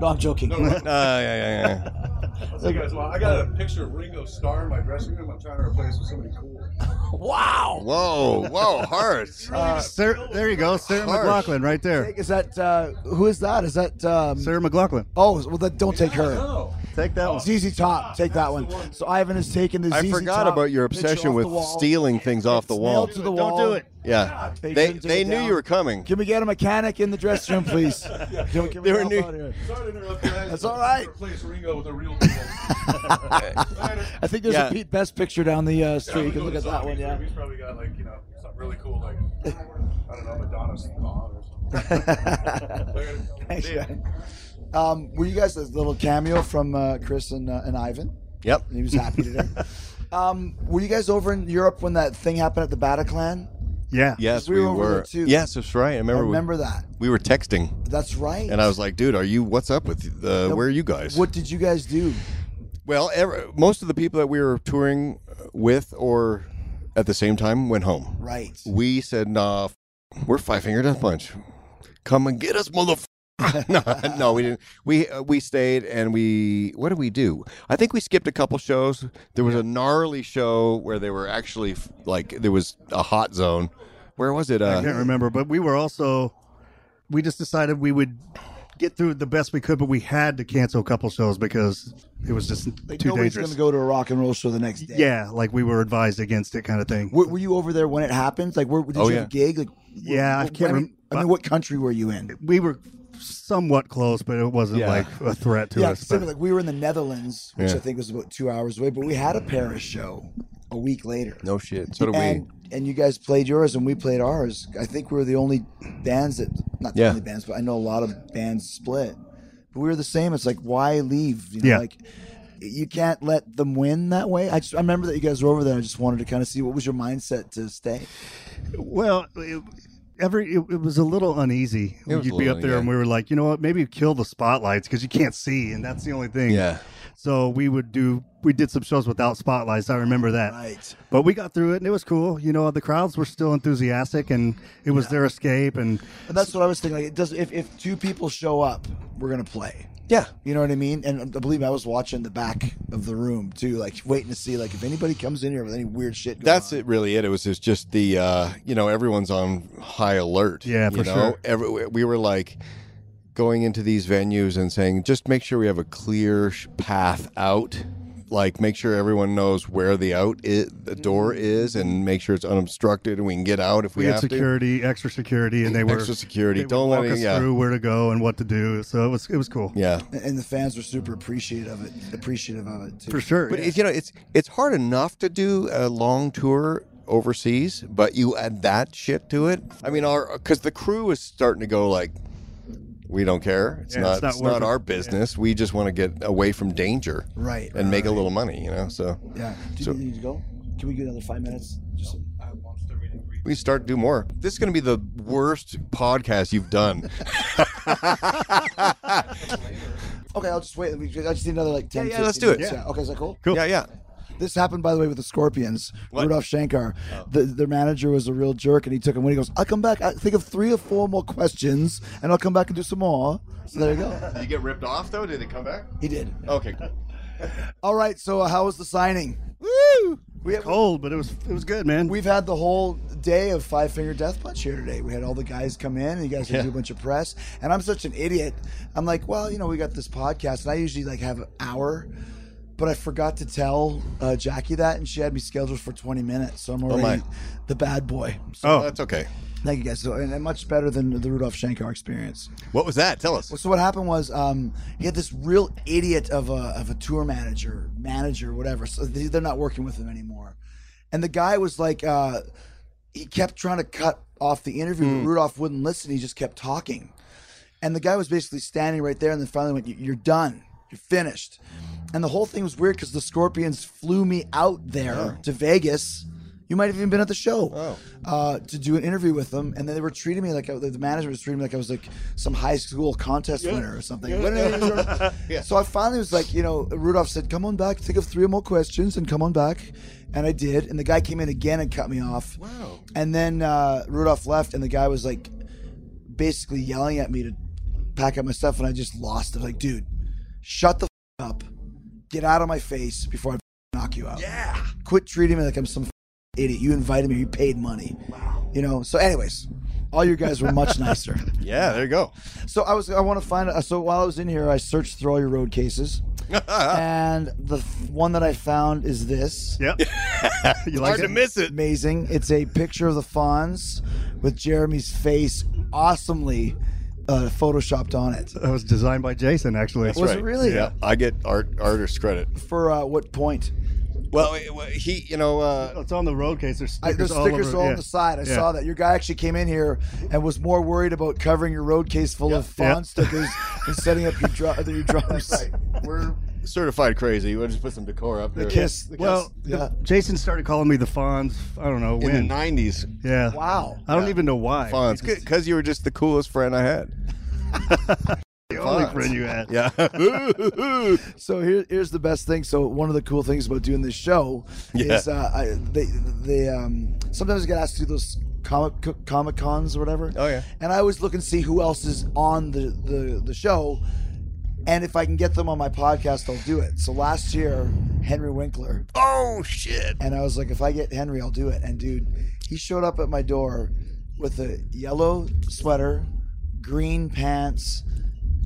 No, I'm joking.
Uh, Ah, yeah, yeah, yeah.
I'll tell you guys why. I got a picture of Ringo Starr in my dressing room. I'm trying to replace with somebody cool.
Wow. Whoa, whoa, hearts.
Sir, there you go, Sarah
Harsh.
McLaughlin, right there.
Nick, Is that uh, who is that? Is that um,
Sarah McLaughlin,
oh well? That, don't take her.
Oh,
take that one.
ZZ Top, take that one. So Ivan has taken the
I
ZZ
forgot
Top
about your
picture
obsession
off
with
the wall.
stealing things off the
It's
wall.
nailed to the wall.
Don't do it.
Yeah.
They
They
couldn't take
they
it
knew
down.
you were coming.
Can we get a mechanic in the dressing room, please? Can, we- can we
They were
help
new-
out here?
sorry to interrupt you guys.
That's all right.
Replace Ringo with a real cool. Later.
I think there's
Yeah.
a Pete Best picture down the uh, street. you can look at that one, yeah.
He's probably got uh, like you know something really cool, like I don't know, Madonna's thong or something.
Thanks, man. Um, were you guys a little cameo from uh, Chris and, uh, and Ivan?
Yep.
And he was happy today. um, were you guys over in Europe when that thing happened at the Bataclan?
Yeah.
Yes,
We
we,
were over there
were.
too.
Yes, that's right. I
I
remember, we-
remember that.
we, were texting,
That's right.
and I was like, "Dude, are you? What's up with? Uh, where are you guys?"
What did you guys do?
Well, ever, most of the people that we were touring with or at the same time went home.
Right.
We said, nah, f- we're Five Finger Death Punch. Come and get us, motherfucker. no, no, we didn't. We uh, we stayed and we what did we do? I think we skipped a couple shows. There was a gnarly show where they were actually f- like there was a hot zone. Where was it?
I can't
Uh,
remember, but we were also we just decided we would get through it the best we could, but we had to cancel a couple shows because it was just
Like
too
nobody's
dangerous.
gonna go to a rock and roll show the next day.
yeah, like we were advised against it, kind of thing.
Were, were you over there when it happened? Like, where did
Oh,
you have a gig? Like,
Yeah, I can't
I mean,
rem-
I mean, what country were you in?
we were somewhat close, but it wasn't
Yeah.
like a threat to
Yeah,
us.
same,
but-
like we were in the Netherlands, which
Yeah.
I think was about two hours away, but we had a Paris show a week later.
no shit. So did we.
and and you guys played yours and we played ours. I think we were the only bands that not the
Yeah.
only bands, but I know a lot of bands split. But we were the same. It's like why leave? You know,
Yeah.
like you can't let them win that way. I just I remember that you guys were over there. I just wanted to kind of see what was your mindset to stay.
Well, it, every it, it was a little uneasy.
It was a
You'd be
little,
up there,
yeah.
and we were like, you know what? Maybe kill the spotlights because you can't see, and that's the only thing.
Yeah.
So we would do. We did some shows without spotlights. I remember that.
Right.
But we got through it, and it was cool. You know, the crowds were still enthusiastic, and it was their escape. And
And that's what I was thinking. Like it does if, if two people show up, we're gonna play.
Yeah.
You know what I mean? And uh, believe me, I was watching the back of the room too, like waiting to see like if anybody comes in here with any weird shit. Going
That's
on.
it, really. It. It was just, just the, uh, you know, everyone's on high alert.
Yeah,
you
for
know?
sure.
Every, we were like going into these venues and saying, just make sure we have a clear sh- path out. Like, make sure everyone knows where the out i the door
Mm-hmm.
is, and make sure it's unobstructed, and we can get out if we,
we had
have
security, extra security, and they were
Extra security.
they would
Don't let
walk
it-
us
yeah.
through where to go and what to do. So it was it was cool.
to. Yeah,
and the fans were super appreciative of it. Appreciative of it too.
for sure.
But
yeah.
it's you know, it's it's hard enough to do a long tour overseas, but you add that shit to it. I mean, our because the crew is starting to go like, we don't care. It's
Yeah,
not
it's
it's
not
not,
worth it.
our business. We just want to get away from danger,
Right,
And make a little money, you know. So
Yeah. Do
So-
you need to go? Can we get another five minutes? Just
we start to do more. This is going to be the worst podcast you've done.
okay, I'll just wait. We- I just need another like ten.
Oh. Yeah, yeah, let's
15
do it.
minutes. Yeah. Okay, is that cool?
Cool.
Yeah, yeah.
This happened, by the way, with the Scorpions.
What?
Rudolph Shankar, the, their manager was a real jerk, and he took him when he goes, "I'll come back. I think of three or four more questions, and I'll come back and do some more." So there you go.
Did you get ripped off though? Did it come back?
He did.
Okay.
Oh.
cool.
All right. So uh, how was the signing?
Woo!
We have,
cold, but it was it was good, man.
We've had the whole day of Five Finger Death Punch here today. We had all the guys come in, and you guys had to do a bunch of press. And I'm such an idiot. I'm like, well, you know, we got this podcast, and I usually like have an hour, but I forgot to tell uh, Jackie that, and she had me scheduled for 20 minutes, so I'm already
my.
the bad boy. So
oh,
That's okay.
thank you guys, so, and, and much better than the Rudolph Shankar experience.
What was that? Tell us.
So what happened was um, he had this real idiot of a of a tour manager, manager, whatever. So they, they're not working with him anymore. And the guy was like, uh, he kept trying to cut off the interview. but Rudolph wouldn't listen. He just kept talking. And the guy was basically standing right there, and then finally went, "You- "You're done. You're finished." And the whole thing was weird because the Scorpions flew me out there to Vegas. You might have even been at the show uh, to do an interview with them, and then they were treating me like I, the manager was treating me like I was like some high school contest winner or something. So I finally was like, you know, Rudolph said, "Come on back, think of three or more questions, and come on back." And I did, and the guy came in again and cut me off. Wow. And then uh, Rudolph left, and the guy was like, basically yelling at me to pack up my stuff, and I just lost it. Like, dude, shut the f- up Get out of my face before I knock you out. Yeah. Quit treating me like I'm some idiot. You invited me. You paid money. Wow. You know. So, anyways, all you guys were much nicer.
Yeah, there you go.
So I was. I want to find. So while I was in here, I searched through all your road cases, and the f- one that I found is this.
Yep. you like
Hard to
it?
miss it.
Amazing. It's a picture of the Fonz with Jeremy's face awesomely uh, photoshopped on it.
That was designed by Jason, actually.
Was it really?
Yeah, I get art artist credit.
For uh, what point?
Well, it- well, he, you know, uh,
It's on the road case. There's
I,
stickers,
there's stickers all,
over, yeah.
on the side. I
Yeah.
saw that. Your guy actually came in here and was more worried about covering your road case full of
Yep.
Fonz stickers and setting up your, dr- your drums.
we're certified crazy. We'll just put some decor up there.
Kiss. The kiss.
Well, the-
yeah.
Jason started calling me the Fonz. I don't know
in
when.
the '90s,
yeah.
Wow.
I don't even know why.
Fonz, because you were just the coolest friend I had.
The only
Fonz.
friend you had.
Yeah. Uh,
So here, here's the best thing. So one of the cool things about doing this show
Yeah.
is uh, I, they they um, sometimes get asked to do those comic comic cons or whatever.
Oh, yeah.
And I always look and see who else is on the the, the show, and if I can get them on my podcast, I'll do it. So last year, Henry Winkler.
oh shit.
And I was like, if I get Henry, I'll do it. And dude, he showed up at my door with a yellow sweater, green pants,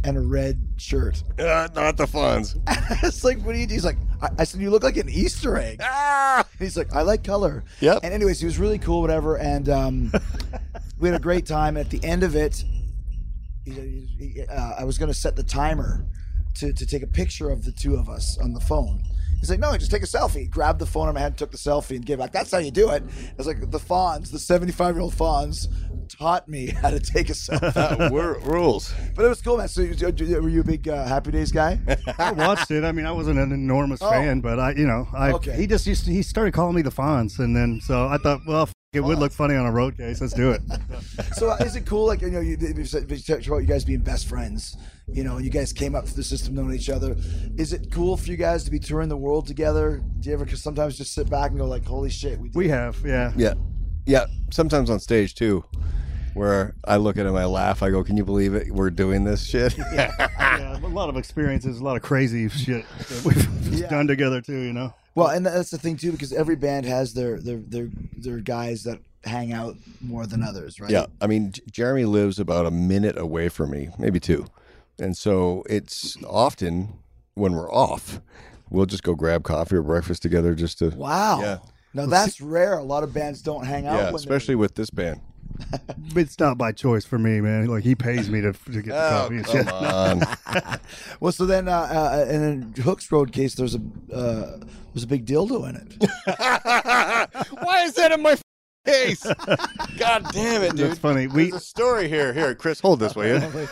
and a red shirt.
Uh, not the Fonz.
it's like, what do you do? He's like, I, I said, you look like an Easter egg.
Ah!
And he's like, I like color.
Yep.
And anyways, he was really cool, whatever. And um, we had a great time. At the end of it, he- he- he- uh, I was going to set the timer to, to take a picture of the two of us on the phone. He's like, no, just take a selfie. Grabbed the phone in my hand, took the selfie, and gave it back. That's how you do it. I was like, the Fonz, the 75 year old Fonz, taught me how to take a selfie.
Uh, we're rules.
but it was cool, man. So, you- you- were you a big uh, Happy Days guy?
I watched it. I mean, I wasn't an enormous fan, but I, you know, I
Okay.
he just used to, he started calling me the Fonz, and then so I thought, well, f- it would look funny on a road case. Let's do it.
So uh, is it cool? Like you know, you, you said- you talked about you guys being best friends. You know, you guys came up through the system, knowing each other. Is it cool for you guys to be touring the world together? Do you ever cause sometimes just sit back and go like, "Holy shit, we did."
We
it."
have, yeah.
Yeah. Yeah. Sometimes on stage too, where I look at him, I laugh, I go, Can you believe it? We're doing this shit.
yeah, a lot of experiences, a lot of crazy shit that we've
Yeah.
done together too. You know,
Well, and that's the thing too, because every band has their their their their guys that hang out more than others, right?
Yeah, I mean, J- Jeremy lives about a minute away from me, maybe two, and so it's often when we're off, we'll just go grab coffee or breakfast together, just to
Wow.
Yeah.
Now that's rare. A lot of bands don't hang out.
yeah,
when
especially with this band.
it's not by choice for me, man. Like he pays me to, to get the coffee and shit.
Oh, on.
They're... Well, so then, uh, uh, and in Hook's Road case, there's a uh, there's a big dildo in it.
Why is that in my face? God damn it, dude!
That's funny. We-
There's a story here. Here, Chris, hold this, will you?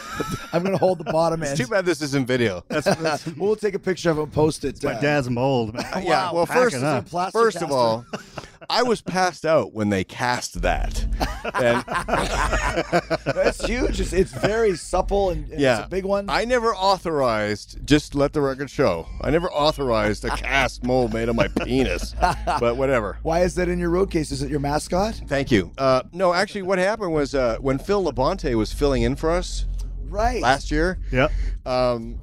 I'm gonna hold the bottom end.
It's too bad this isn't video.
we'll take a picture of it and post it.
My
uh,
dad's mold, man.
yeah. Well, first,
Packing up.
plastic
first of
caster.
all, I was passed out when they cast that, and
That's huge. It's, it's very supple and, and
yeah,
it's a big one.
I never authorized. Just let the record show. I never authorized a cast mold made of my penis. But whatever.
Why is that in your road case? Is it your mascot?
Thank you. Uh, no, actually, what happened was uh, when Phil Labonte was filling in for us
Right.
last year.
Yeah.
um,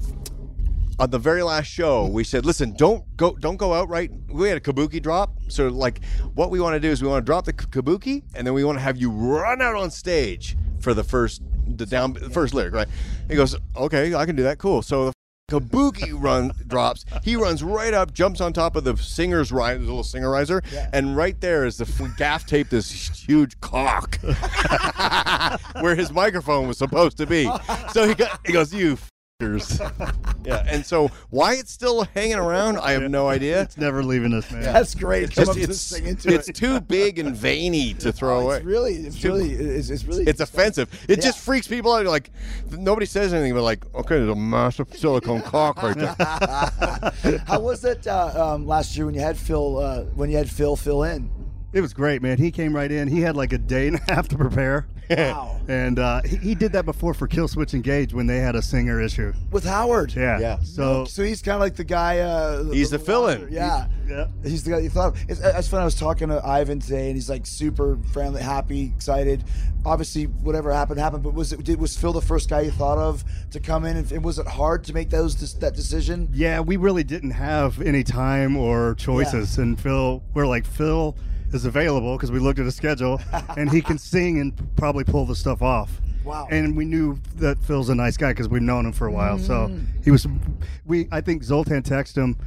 on the very last show, we said, "Listen, don't go, don't go out right." We had a kabuki drop, so like, what we want to do is we want to drop the k- kabuki, and then we want to have you run out on stage for the first, the down, the first lyric, right? He goes, "Okay, I can do that. Cool." So the kabuki run drops. He runs right up, jumps on top of the singer's ri- the little singer riser, and right there is the f- gaff taped this huge cock where his microphone was supposed to be. So he got, he goes, "You." fuckers." yeah, and so why it's still hanging around, I have no idea.
It's never leaving us, man.
That's great. Come
Just-
up to
it's
this thing into
it's
it.
too big and veiny to throw away.
It's really, it's really, it's, it's really.
It's offensive. It just freaks people out. You're Like nobody says anything, but like, okay, there's a massive silicone cock right there.
How was it uh, um, last year when you had Phil? Uh, when you had Phil fill in?
It was great, man. He came right in. He had like a day and a half to prepare. Wow. and uh, he, he did that before for Kill Switch Engage when they had a singer issue.
with Howard.
Yeah. Yeah. So
So he's kind of like the guy. Uh,
He's the fill-in.
Yeah.
yeah.
He's the guy you thought. It's, uh, it's funny. I was talking to Ivan today, and he's like super friendly, happy, excited. Obviously, whatever happened happened. But was it did was Phil the first guy you thought of to come in? And, and was it hard to make those dis- that decision?
Yeah, we really didn't have any time or choices. And Phil, we're like, Phil is available because we looked at his schedule and he can sing and probably pull the stuff off.
Wow.
And we knew that Phil's a nice guy because we've known him for a while. So he was, we, I think Zoltan texted him,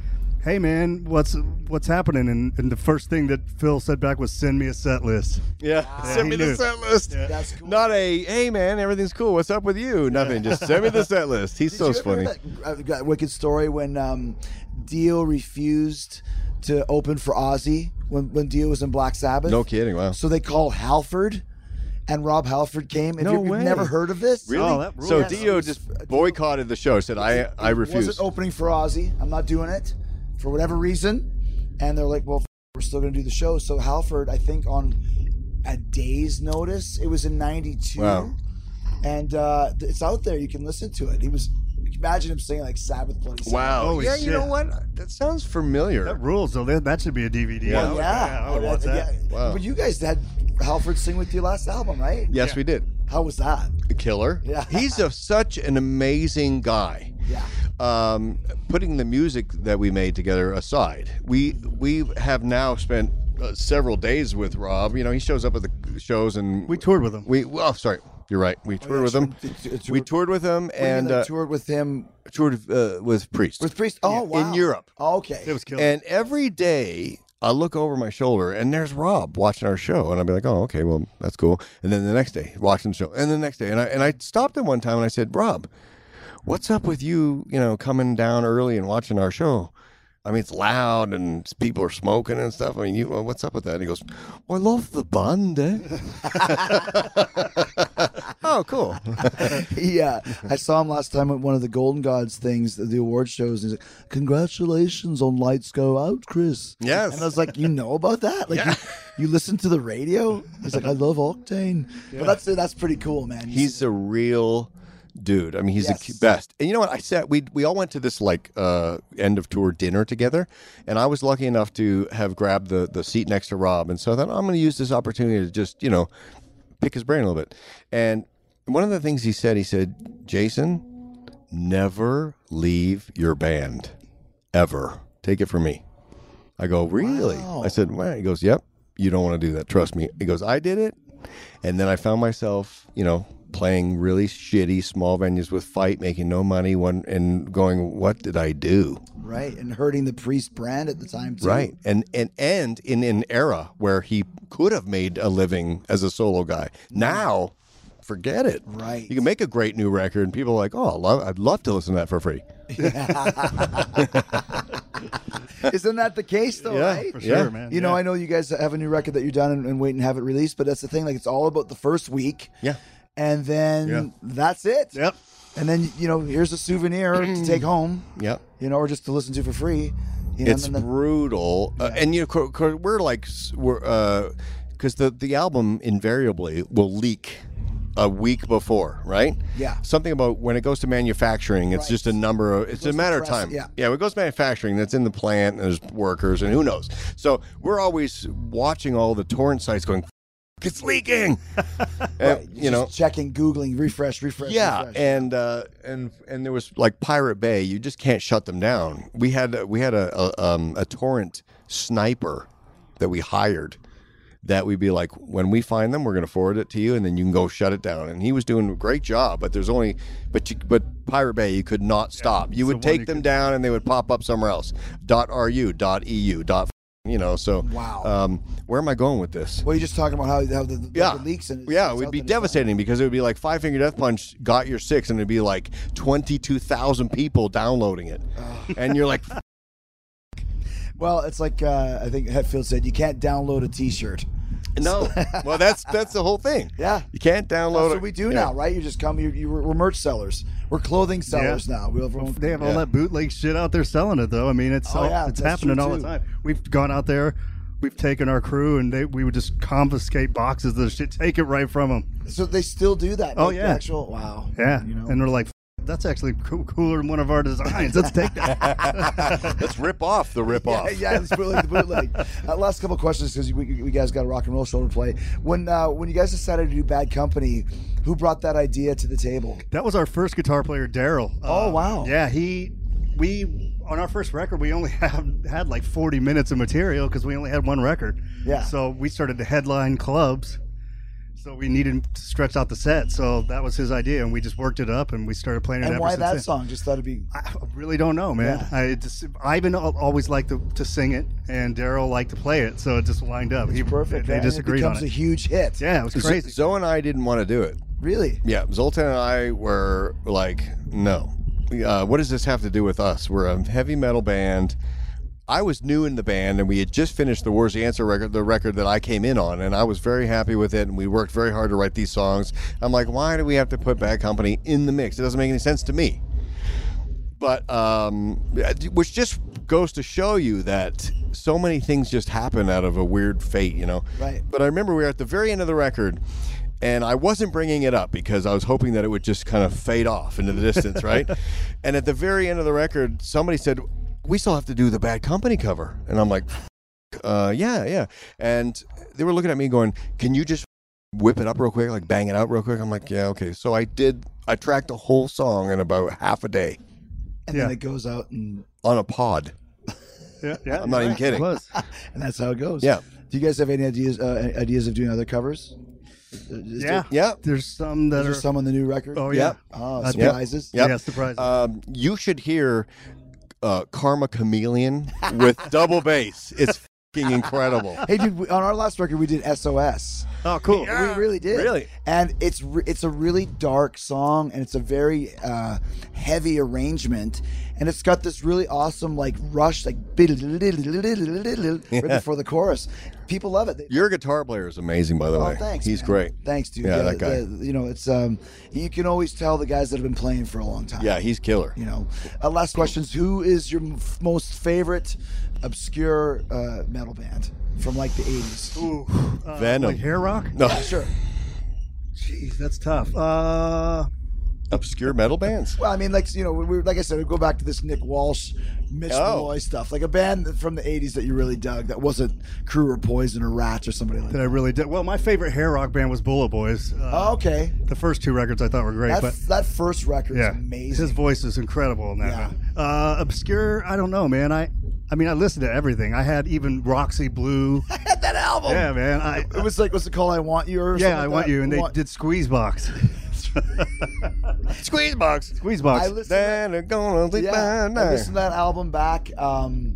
Hey man, what's what's happening? And, and the first thing that Phil said back was, "Send me a set list."
Yeah, send
he
me the
knew.
set list.
That's cool.
Not a hey man, everything's cool. What's up with you? Nothing. Just send me the set list. He's
Did
so
you ever
funny.
hear That, uh, that wicked story when um, Dio refused to open for Ozzy when when Dio was in Black Sabbath.
No kidding. Wow.
So they called Halford, and Rob Halford came. Have
No
you, you've
way.
never heard of this?
Really?
Oh, that
so
rules.
Dio just boycotted the show. Said I I refuse.
wasn't opening for Ozzy. I'm not doing it for whatever reason. And they're like, well, f- we're still going to do the show. So Halford, I think on a day's notice, it was in 92.
Wow.
And uh, th- it's out there. You can listen to it. He was, imagine him singing like Sabbath Bloody Sabbath.
Wow.
Holy
yeah, you know
shit.
what? That sounds familiar.
That rules. So that, that should be a DVD.
Yeah.
I would-
Yeah.
I would watch that.
Yeah.
Wow.
But you guys had Halford sing with you last album, right?
yes, we did.
How was that?
A killer.
Yeah.
He's a, such an amazing guy.
Yeah.
um, putting the music that we made together aside, we we have now spent uh, several days with Rob. You know, he shows up at the shows and
We toured with him.
We well, sorry, you're right. We toured with him.
Oh, sure. T- t-
we
tour-
toured with him and
And
uh,
toured with him
toured uh, with Priest.
with Priest. Oh, wow.
in Europe.
Okay.
It was killer.
And every day I look over my shoulder and there's Rob watching our show. And I'll be like, oh, okay, well, that's cool. And then the next day, watching the show. And the next day. And I, and I stopped him one time and I said, Rob, what's up with you, you know, coming down early and watching our show? I mean, it's loud and people are smoking and stuff. I mean, you, what's up with that? And he goes, well, I love the band. eh?" oh, cool.
yeah, I saw him last time at one of the Golden Gods things, the award shows. And he's like, "Congratulations on Lights Go Out, Chris."
Yes.
and I was like, "You know about that? Like, you, you listen to the radio?" He's like, "I love Octane," but that's that's pretty cool, man.
He's a real dude. I mean, he's the
Yes.
best. And you know what? I sat. We we all went to this like uh, end of tour dinner together, and I was lucky enough to have grabbed the the seat next to Rob. And so I thought I'm going to use this opportunity to just you know pick his brain a little bit. And one of the things he said, he said, Jason, never leave your band ever. Take it from me. I go, really? I said, well, he goes, yep. You don't want to do that. Trust me. He goes, I did it. And then I found myself, you know, playing really shitty small venues with fight, making no money, one and going, what did I do?
right, and hurting the Priest brand at the time, too.
Right. And and and in an era where he could have made a living as a solo guy. Now, forget it.
Right.
You can make a great new record and people are like, "Oh, I love, I'd love to listen to that for free."
Isn't that the case though?
Yeah,
right?
for
sure,
Yeah.
man.
You know,
Yeah.
I know you guys have a new record that you're done and, and wait and have it released, but that's the thing. Like, it's all about the first week.
Yeah.
And then
Yeah.
that's it.
Yep.
And then you know, here's a souvenir to take home.
Yep.
You know, or just to listen to for free. You know,
it's
and then the-
brutal uh, and you know co- co- we're like s- we're because the the album invariably will leak a week before right
Yeah.
something about when it goes to manufacturing it's
Right.
just a number of it's a
to
matter of
press,
time
yeah.
yeah when it goes to manufacturing that's in the plant and there's workers and who knows so we're always watching all the torrent sites going "F- it's leaking And, you
just
know
checking, googling, refresh, refresh.
yeah,
refresh.
and uh, and and there was like Pirate Bay. You just can't shut them down. We had we had a a, um, a torrent sniper that we hired. That we'd be like, when we find them, we're going to forward it to you, and then you can go shut it down. And he was doing a great job, but there's only, but you, but Pirate Bay, you could not stop. You would
the one
take
you
them
could-
down, and they would pop up somewhere else. Dot ru. Dot eu. Dot you know. So
Wow.
Um, where am I going with this?
well, you're just talking about how, how the, the
yeah.
leaks and
yeah, it
it's
would
out
be
there, it's out there.
devastating because it would be like Five Finger Death Punch got your six, and it'd be like twenty two thousand people downloading it, and you're like,
Well, it's like uh, I think Hetfield said, you can't download a T-shirt.
no. well, that's that's the whole thing.
Yeah.
you can't download
That's
it.
what we do
Yeah.
now, right? You just come. You, you, we're merch sellers. We're clothing sellers now. We have our own.
They have all
Yeah.
that bootleg shit out there selling it, though. I mean, it's
Oh,
all,
yeah,
it's
that's
happening
true,
all the
too.
time. We've gone out there. we've taken our crew and they we would just confiscate boxes of this shit, take it right from them.
So they still do that.
Oh,
like the
yeah.
actual wow.
Yeah,
You know?
and we're like, "F- that's actually co- cooler than one of our designs. Let's take that.
Let's rip off the rip off.
yeah, it's really the bootleg. Uh, last couple of questions because we, we guys got a rock and roll show to play. When uh, when you guys decided to do Bad Company, who brought that idea to the table?
that was our first guitar player, Daryl.
Oh,
Um,
wow.
Yeah, he we on our first record we only have had like 40 minutes of material because we only had one record.
Yeah.
So we started to headline clubs. So we needed to stretch out the set. So that was his idea, and we just worked it up, and we started playing it.
And
ever
why
since
that
then.
song? Just thought it'd be
I I really don't know, man.
Yeah.
I just Ivan al- always liked to, to sing it, and Daryl liked to play it, so it just lined up.
it's
He-
perfect.
They,
right? And
disagreed
it
on
becomes
it.
a huge hit.
yeah, it was
Z-
crazy.
Zoe and I didn't want to do it.
Really?
Yeah, Zoltan and I were like, no. Uh, what does this have to do with us? We're a heavy metal band. I was new in the band, and we had just finished the Wars the Answer record, the record that I came in on, and I was very happy with it. And we worked very hard to write these songs. I'm like, why do we have to put Bad Company in the mix? It doesn't make any sense to me. But um, which just goes to show you that so many things just happen out of a weird fate, you know.
Right.
But I remember we were at the very end of the record, and I wasn't bringing it up because I was hoping that it would just kind of fade off into the distance, right? And at the very end of the record, somebody said, "We still have to do the Bad Company cover," and I'm like, uh, "Yeah, yeah." And they were looking at me going, "Can you just whip it up real quick, like bang it out real quick?" I'm like, "Yeah, okay." So I did. I tracked the whole song in about half a day
And then
Yeah.
it goes out, and,
on a pod.
yeah, yeah,
I'm not even
right.
kidding.
It was.
and that's how it goes.
Yeah.
Do you guys have any ideas uh, ideas of doing other covers? Uh,
Yeah,
Yeah.
There's some that
Is there
are.
some on the new record?
oh yeah.
Yep.
Oh,
Yep.
surprises.
Yep.
Yeah, surprise.
Um, you should hear uh, "Karma Chameleon" with double bass. It's fucking incredible.
Hey, dude, we, on our last record, we did SOS.
oh, cool.
We really did.
Really?
And it's re- it's a really dark song, and it's a very uh, heavy arrangement, and it's got this really awesome like rush, like right before the chorus. People love it. They-
Your guitar player is amazing, by the
Oh,
way.
thanks.
He's
man.
great.
Thanks, dude.
Yeah,
The-
that guy.
the- you know, it's um, you can always tell the guys that have been playing for a long time.
Yeah, he's killer.
You know, uh, last questions. Who is your m- most favorite obscure uh, metal band from like the '80s?
Ooh, uh,
Venom.
um,
Like hair rock.
No,
Sure.
Jeez, that's tough. Uh,
obscure metal bands.
Well, I mean, like you know, we, we like I said, we go back to this Nick Walsh, Mitch
Oh.
Malloy stuff, like a band that- from the '80s that you really dug. That wasn't Crew or Poison or Rats or somebody like
that
that.
I really did. Well, my favorite hair rock band was Bullet Boys. Uh,
Oh, okay,
The first two records I thought were great,
that,
but
that first record is
yeah,
amazing.
his voice is incredible in that.
Yeah.
man. Uh, obscure, I don't know, man. I, I mean, I listened to everything. I had even Roxy Blue.
I had that album.
yeah, man. I,
It was like, what's it called? I want you. Or something
yeah, I
like
want
that?
you, and they
Want-
did Squeezebox.
Squeeze box.
Squeezebox.
I listened.
Then they're gonna leave
yeah,
behind
I
her.
listened to that album back um,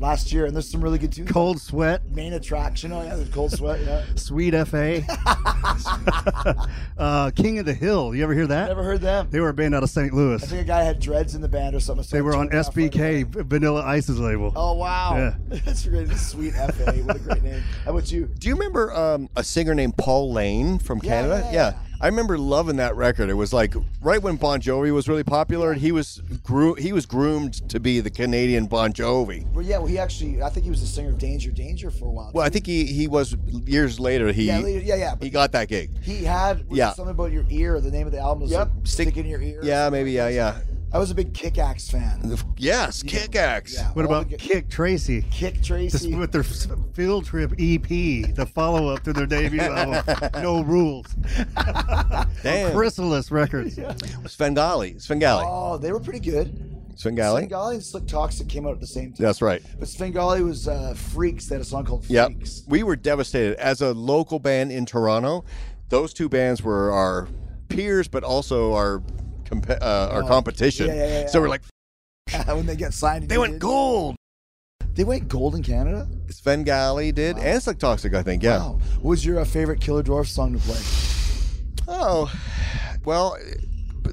last year, and there's some really good tunes.
Cold Sweat,
Main attraction. Oh yeah, the Cold Sweat. Yeah.
Sweet FA, uh, King of the Hill. You ever hear that?
Never heard them.
They were a band out of St. Louis.
I think a guy had dreads in the band or something. so
They
I
were on
turned it off right away.
SBK, Vanilla Ice's label.
Oh wow,
Yeah.
that's a great, sweet FA. What a great name. How about you?
Do you remember um, a singer named Paul Lane from Canada?
yeah, yeah.
I remember loving that record. It was like right when Bon Jovi was really popular, and he was gro- he was groomed to be the Canadian Bon Jovi.
Well, yeah, well, he actually, I think he was the singer of Danger Danger for a while.
Well, I think he, he was years later. He
yeah, later- yeah, yeah. But
he got that gig.
he had was
Yeah.
it something about your ear. The name of the album was
Yep.
like,
Stick-
Stick, in Your Ear.
Yeah, maybe. Yeah, yeah.
I was a big Kick Axe fan.
Yes, kick axe.
Yeah,
What
all
about
the-
Kick Tracy?
Kick
This-
Tracy?
with their s- field trip EP, the follow up to their debut album, No Rules,
Damn.
Chrysalis Records.
Svengali. Svengali.
Oh, they were pretty good.
Svengali.
Svengali and Slick Toxic came out at the same time.
That's right.
But Svengali was uh, Freaks. They had a song called
Yep.
Freaks.
We were devastated. As a local band in Toronto, those two bands were our peers, but also our comp- uh, our competition.
yeah, yeah, yeah.
So we're like,
when they got signed,
they went
did-
gold.
They went gold in Canada.
Svengali did, and Slick Toxic, I think. Yeah.
Wow. What was your uh, favorite Killer Dwarf song to play?
Oh, well,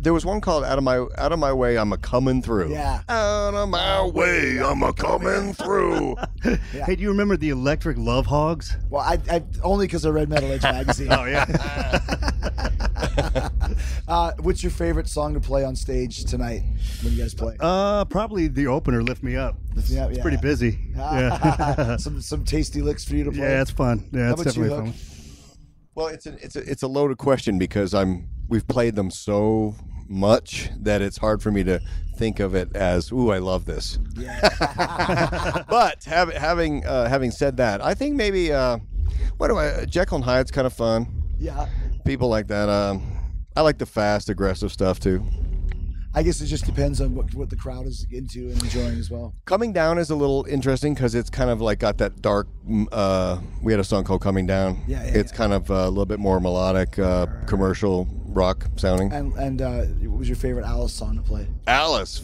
there was one called "Out of My Out of My Way." I'm a coming through.
Yeah.
Out of my way, I'm a coming through.
Hey, do you remember the Electric Love Hogs?
Oh, Well, I, I only because I read Metal Edge magazine.
Oh yeah.
uh, what's your favorite song to play on stage tonight when you guys play?
Uh, probably the opener, Lift Me Up. It's,
Me Up,
it's
yeah.
pretty busy. Yeah.
some some tasty licks for you to play.
yeah, it's fun. Yeah,
How
it's
about you,
definitely fun.
Hook?
Well, it's a, it's a, it's a loaded question because I'm we've played them so much that it's hard for me to think of it as ooh I love this. but hav having uh, having said that, I think maybe uh, what do I Jekyll and Hyde's kind of fun.
Yeah.
People like that. Um, I like the fast aggressive stuff too.
I guess it just depends on what, what the crowd is into and enjoying as well.
Coming Down is a little interesting because it's kind of like got that dark. mm, Uh, we had a song called Coming Down.
Yeah, yeah,
it's kind of uh, a little bit more melodic, uh, commercial rock sounding.
And and uh, what was your favorite Alice song to play?
Alice,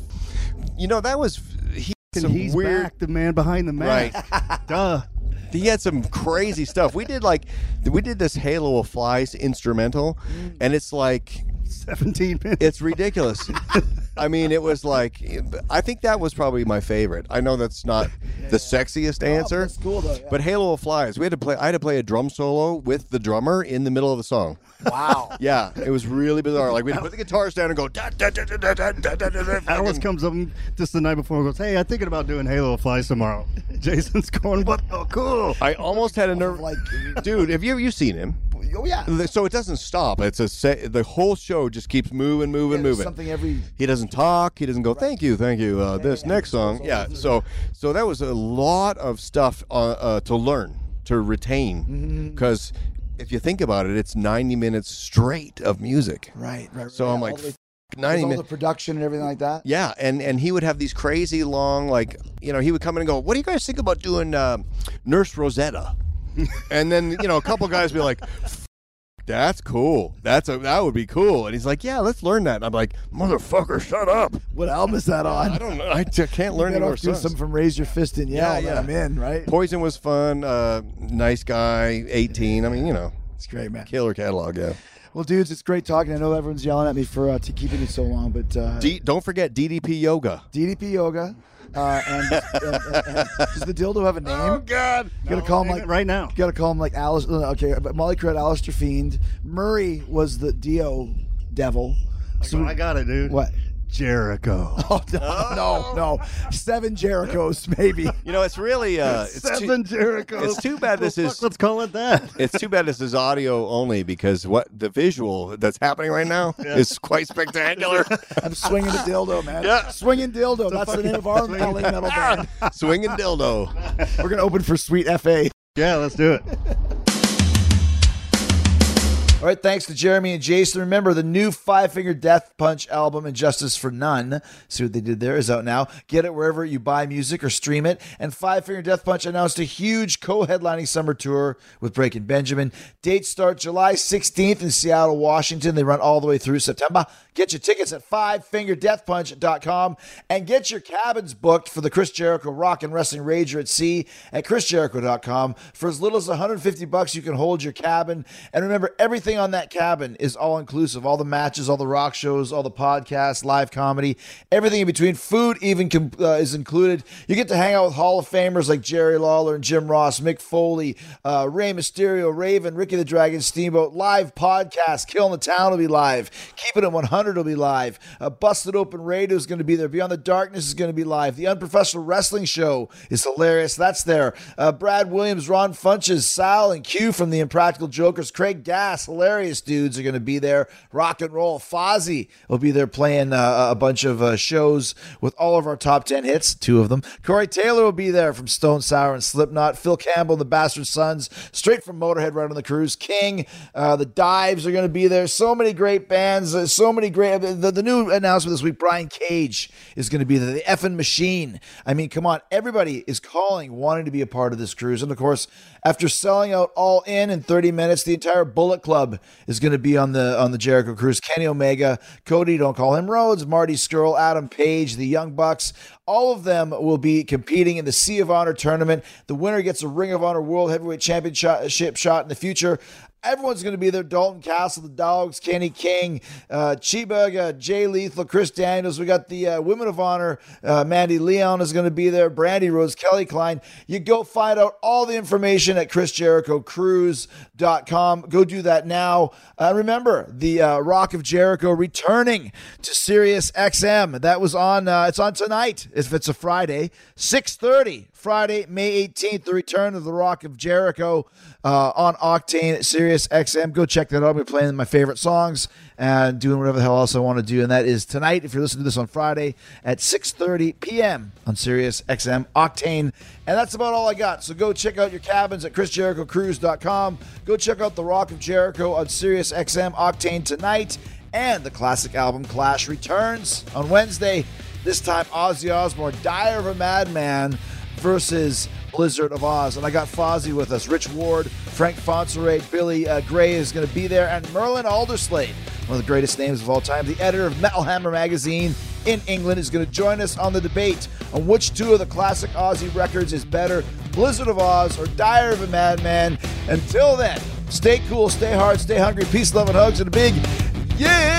you know that was he. had
And
Some
he's
weird,
back, the man behind the
right?
mask. Duh.
he had some crazy stuff. We did like we did this Halo of Flies instrumental, and it's like
17 minutes.
it's ridiculous. I mean, it was like I think that was probably my favorite. I know that's not the sexiest answer,
that's cool though. yeah.
but Halo of Flies. We had to play. I had to play a drum solo with the drummer in the middle of the song.
wow.
Yeah, it was really bizarre. Like we had to put the guitars down and go. Da, da, da, da, da, da, da, da, da, da,
Alice
fucking-
comes up and just the night before and goes, Hey, I'm thinking about doing Halo of Flies tomorrow. Jason's going, What? Oh, cool.
I almost had a nerve.
Like-
dude, have you you seen him?
Oh yeah.
So it doesn't stop. It's a set, the whole show just keeps moving, moving,
Yeah, there's
moving.
something every-
he doesn't talk. He doesn't go. Thank you, thank you. Uh, this next song, yeah.
Mm-hmm.
So so that was a lot of stuff uh, uh, to learn to
Mm-hmm.
retain because if you think about it, it's ninety minutes straight of music.
Right. Right.
So
right.
I'm
All
like
the way-
"F- ninety
with all the
minutes.
production and everything like that.
Yeah, and and he would have these crazy long, like you know, he would come in and go, "What do you guys think about doing uh, Nurse Rosetta?" and then you know, a couple guys be like, "F- "That's cool. That's a that would be cool." And he's like, "Yeah, let's learn that." And I'm like, "Motherfucker, shut up!
What album is that on?
I don't know. I j- can't learn any
Better
more
off doing
songs."
some from Raise Your Fist and Yell.
Yeah,
Yeah,
yeah.
I'm in. Right.
Poison was fun. Uh, nice guy, 18. I mean, you know,
It's great, man.
killer catalog. Yeah.
Well, dudes, it's great talking. I know everyone's yelling at me for uh, t- keeping it so long, but uh,
D- don't forget DDP Yoga.
DDP Yoga uh, and, and, and- and- does the dildo have a name?
God.
You gotta call him
Oh, name
like
it right now.
You gotta call him like Alice. no, Okay, but Molly Cred, Alistair Fiend, Murray was the Dio Devil. So-
I got it, dude.
What?
Jericho.
Oh no,
Oh,
no, no. Seven Jerichos maybe.
You know, it's really uh, it's too-
Seven Jericho.
it's too bad this is-
Let's call it that.
it's too bad this is audio only because what the visual that's happening right now is quite spectacular.
I'm swinging a dildo, man.
Yeah.
Swinging dildo. That's the name of our metal metal band.
Swinging dildo.
We're gonna open for Sweet FA.
Yeah, let's do it.
All right, thanks to Jeremy and Jason. Remember, the new Five Finger Death Punch album, Injustice for None, see what they did there, is out now. Get it wherever you buy music or stream it. And Five Finger Death Punch announced a huge co headlining summer tour with Breaking Benjamin. Dates start July 16th in Seattle, Washington. They run all the way through September. Get your tickets at fivefingerdeathpunch.com and get your cabins booked for the Chris Jericho Rock and Wrestling Rager at Sea at chrisjericho.com. For as little as 150 bucks, you can hold your cabin. And remember, everything on that cabin is all inclusive all the matches, all the rock shows, all the podcasts, live comedy, everything in between. Food even com- uh, is included. You get to hang out with Hall of Famers like Jerry Lawler and Jim Ross, Mick Foley, uh, Ray Mysterio, Raven, Ricky the Dragon, Steamboat, live podcast, Killing the Town will be live, Keeping It 100 will be live, uh, Busted Open Radio is going to be there, Beyond the Darkness is going to be live, The Unprofessional Wrestling Show is hilarious, that's there, uh, Brad Williams, Ron Funches, Sal and Q from The Impractical Jokers, Craig Gass, hilarious dudes are going to be there, Rock and Roll, Fozzy will be there playing uh, a bunch of uh, shows with all of our top 10 hits, two of them, Corey Taylor will be there from Stone Sour and Slipknot, Phil Campbell and the Bastard Sons, straight from Motorhead right on the cruise. King, uh, the Dives are going to be there. So many great bands. uh, so many great. The, the new announcement this week: Brian Cage is going to be there. The effing machine. I mean, come on, everybody is calling, wanting to be a part of this cruise. And of course, after selling out all in in 30 minutes, the entire Bullet Club is going to be on the on the Jericho cruise. Kenny Omega, Cody, don't call him Rhodes, Marty Skrull, Adam Page, the Young Bucks. All of them will be competing in the Sea of Honor tournament. The winner gets a Ring of Honor World Heavyweight Championship shot in the future. Everyone's going to be there. Dalton Castle, the Dogs, Kenny King, uh, Cheeburger, Jay Lethal, Chris Daniels. We got the uh, Women of Honor. Uh, Mandy Leon is going to be there. Brandy Rose, Kelly Klein. You go find out all the information at ChrisJerichoCruise.com. Go do that now. Uh, remember the uh, Rock of Jericho returning to Sirius XM. That was on. Uh, it's on tonight. If it's a Friday, six thirty. Friday, May 18th, the return of the Rock of Jericho uh, on Octane Sirius XM. Go check that out. I'll be playing my favorite songs and doing whatever the hell else I want to do. And that is tonight. If you're listening to this on Friday at 6:30 p.m. on Sirius XM Octane. And that's about all I got. So go check out your cabins at ChrisJerichoCruise.com. Go check out the Rock of Jericho on Sirius XM Octane tonight. And the classic album Clash returns on Wednesday. This time, Ozzy Osbourne, Dire of a Madman versus Blizzard of Oz. And I got Fozzy with us. Rich Ward, Frank Fonserate, Billy uh, Gray is going to be there, and Merlin Alderslade, one of the greatest names of all time, the editor of Metal Hammer magazine in England, is going to join us on the debate on which two of the classic Ozzy records is better Blizzard of Oz or Dire of a Madman. Until then, stay cool, stay hard, stay hungry. Peace, love, and hugs, and a big yeah!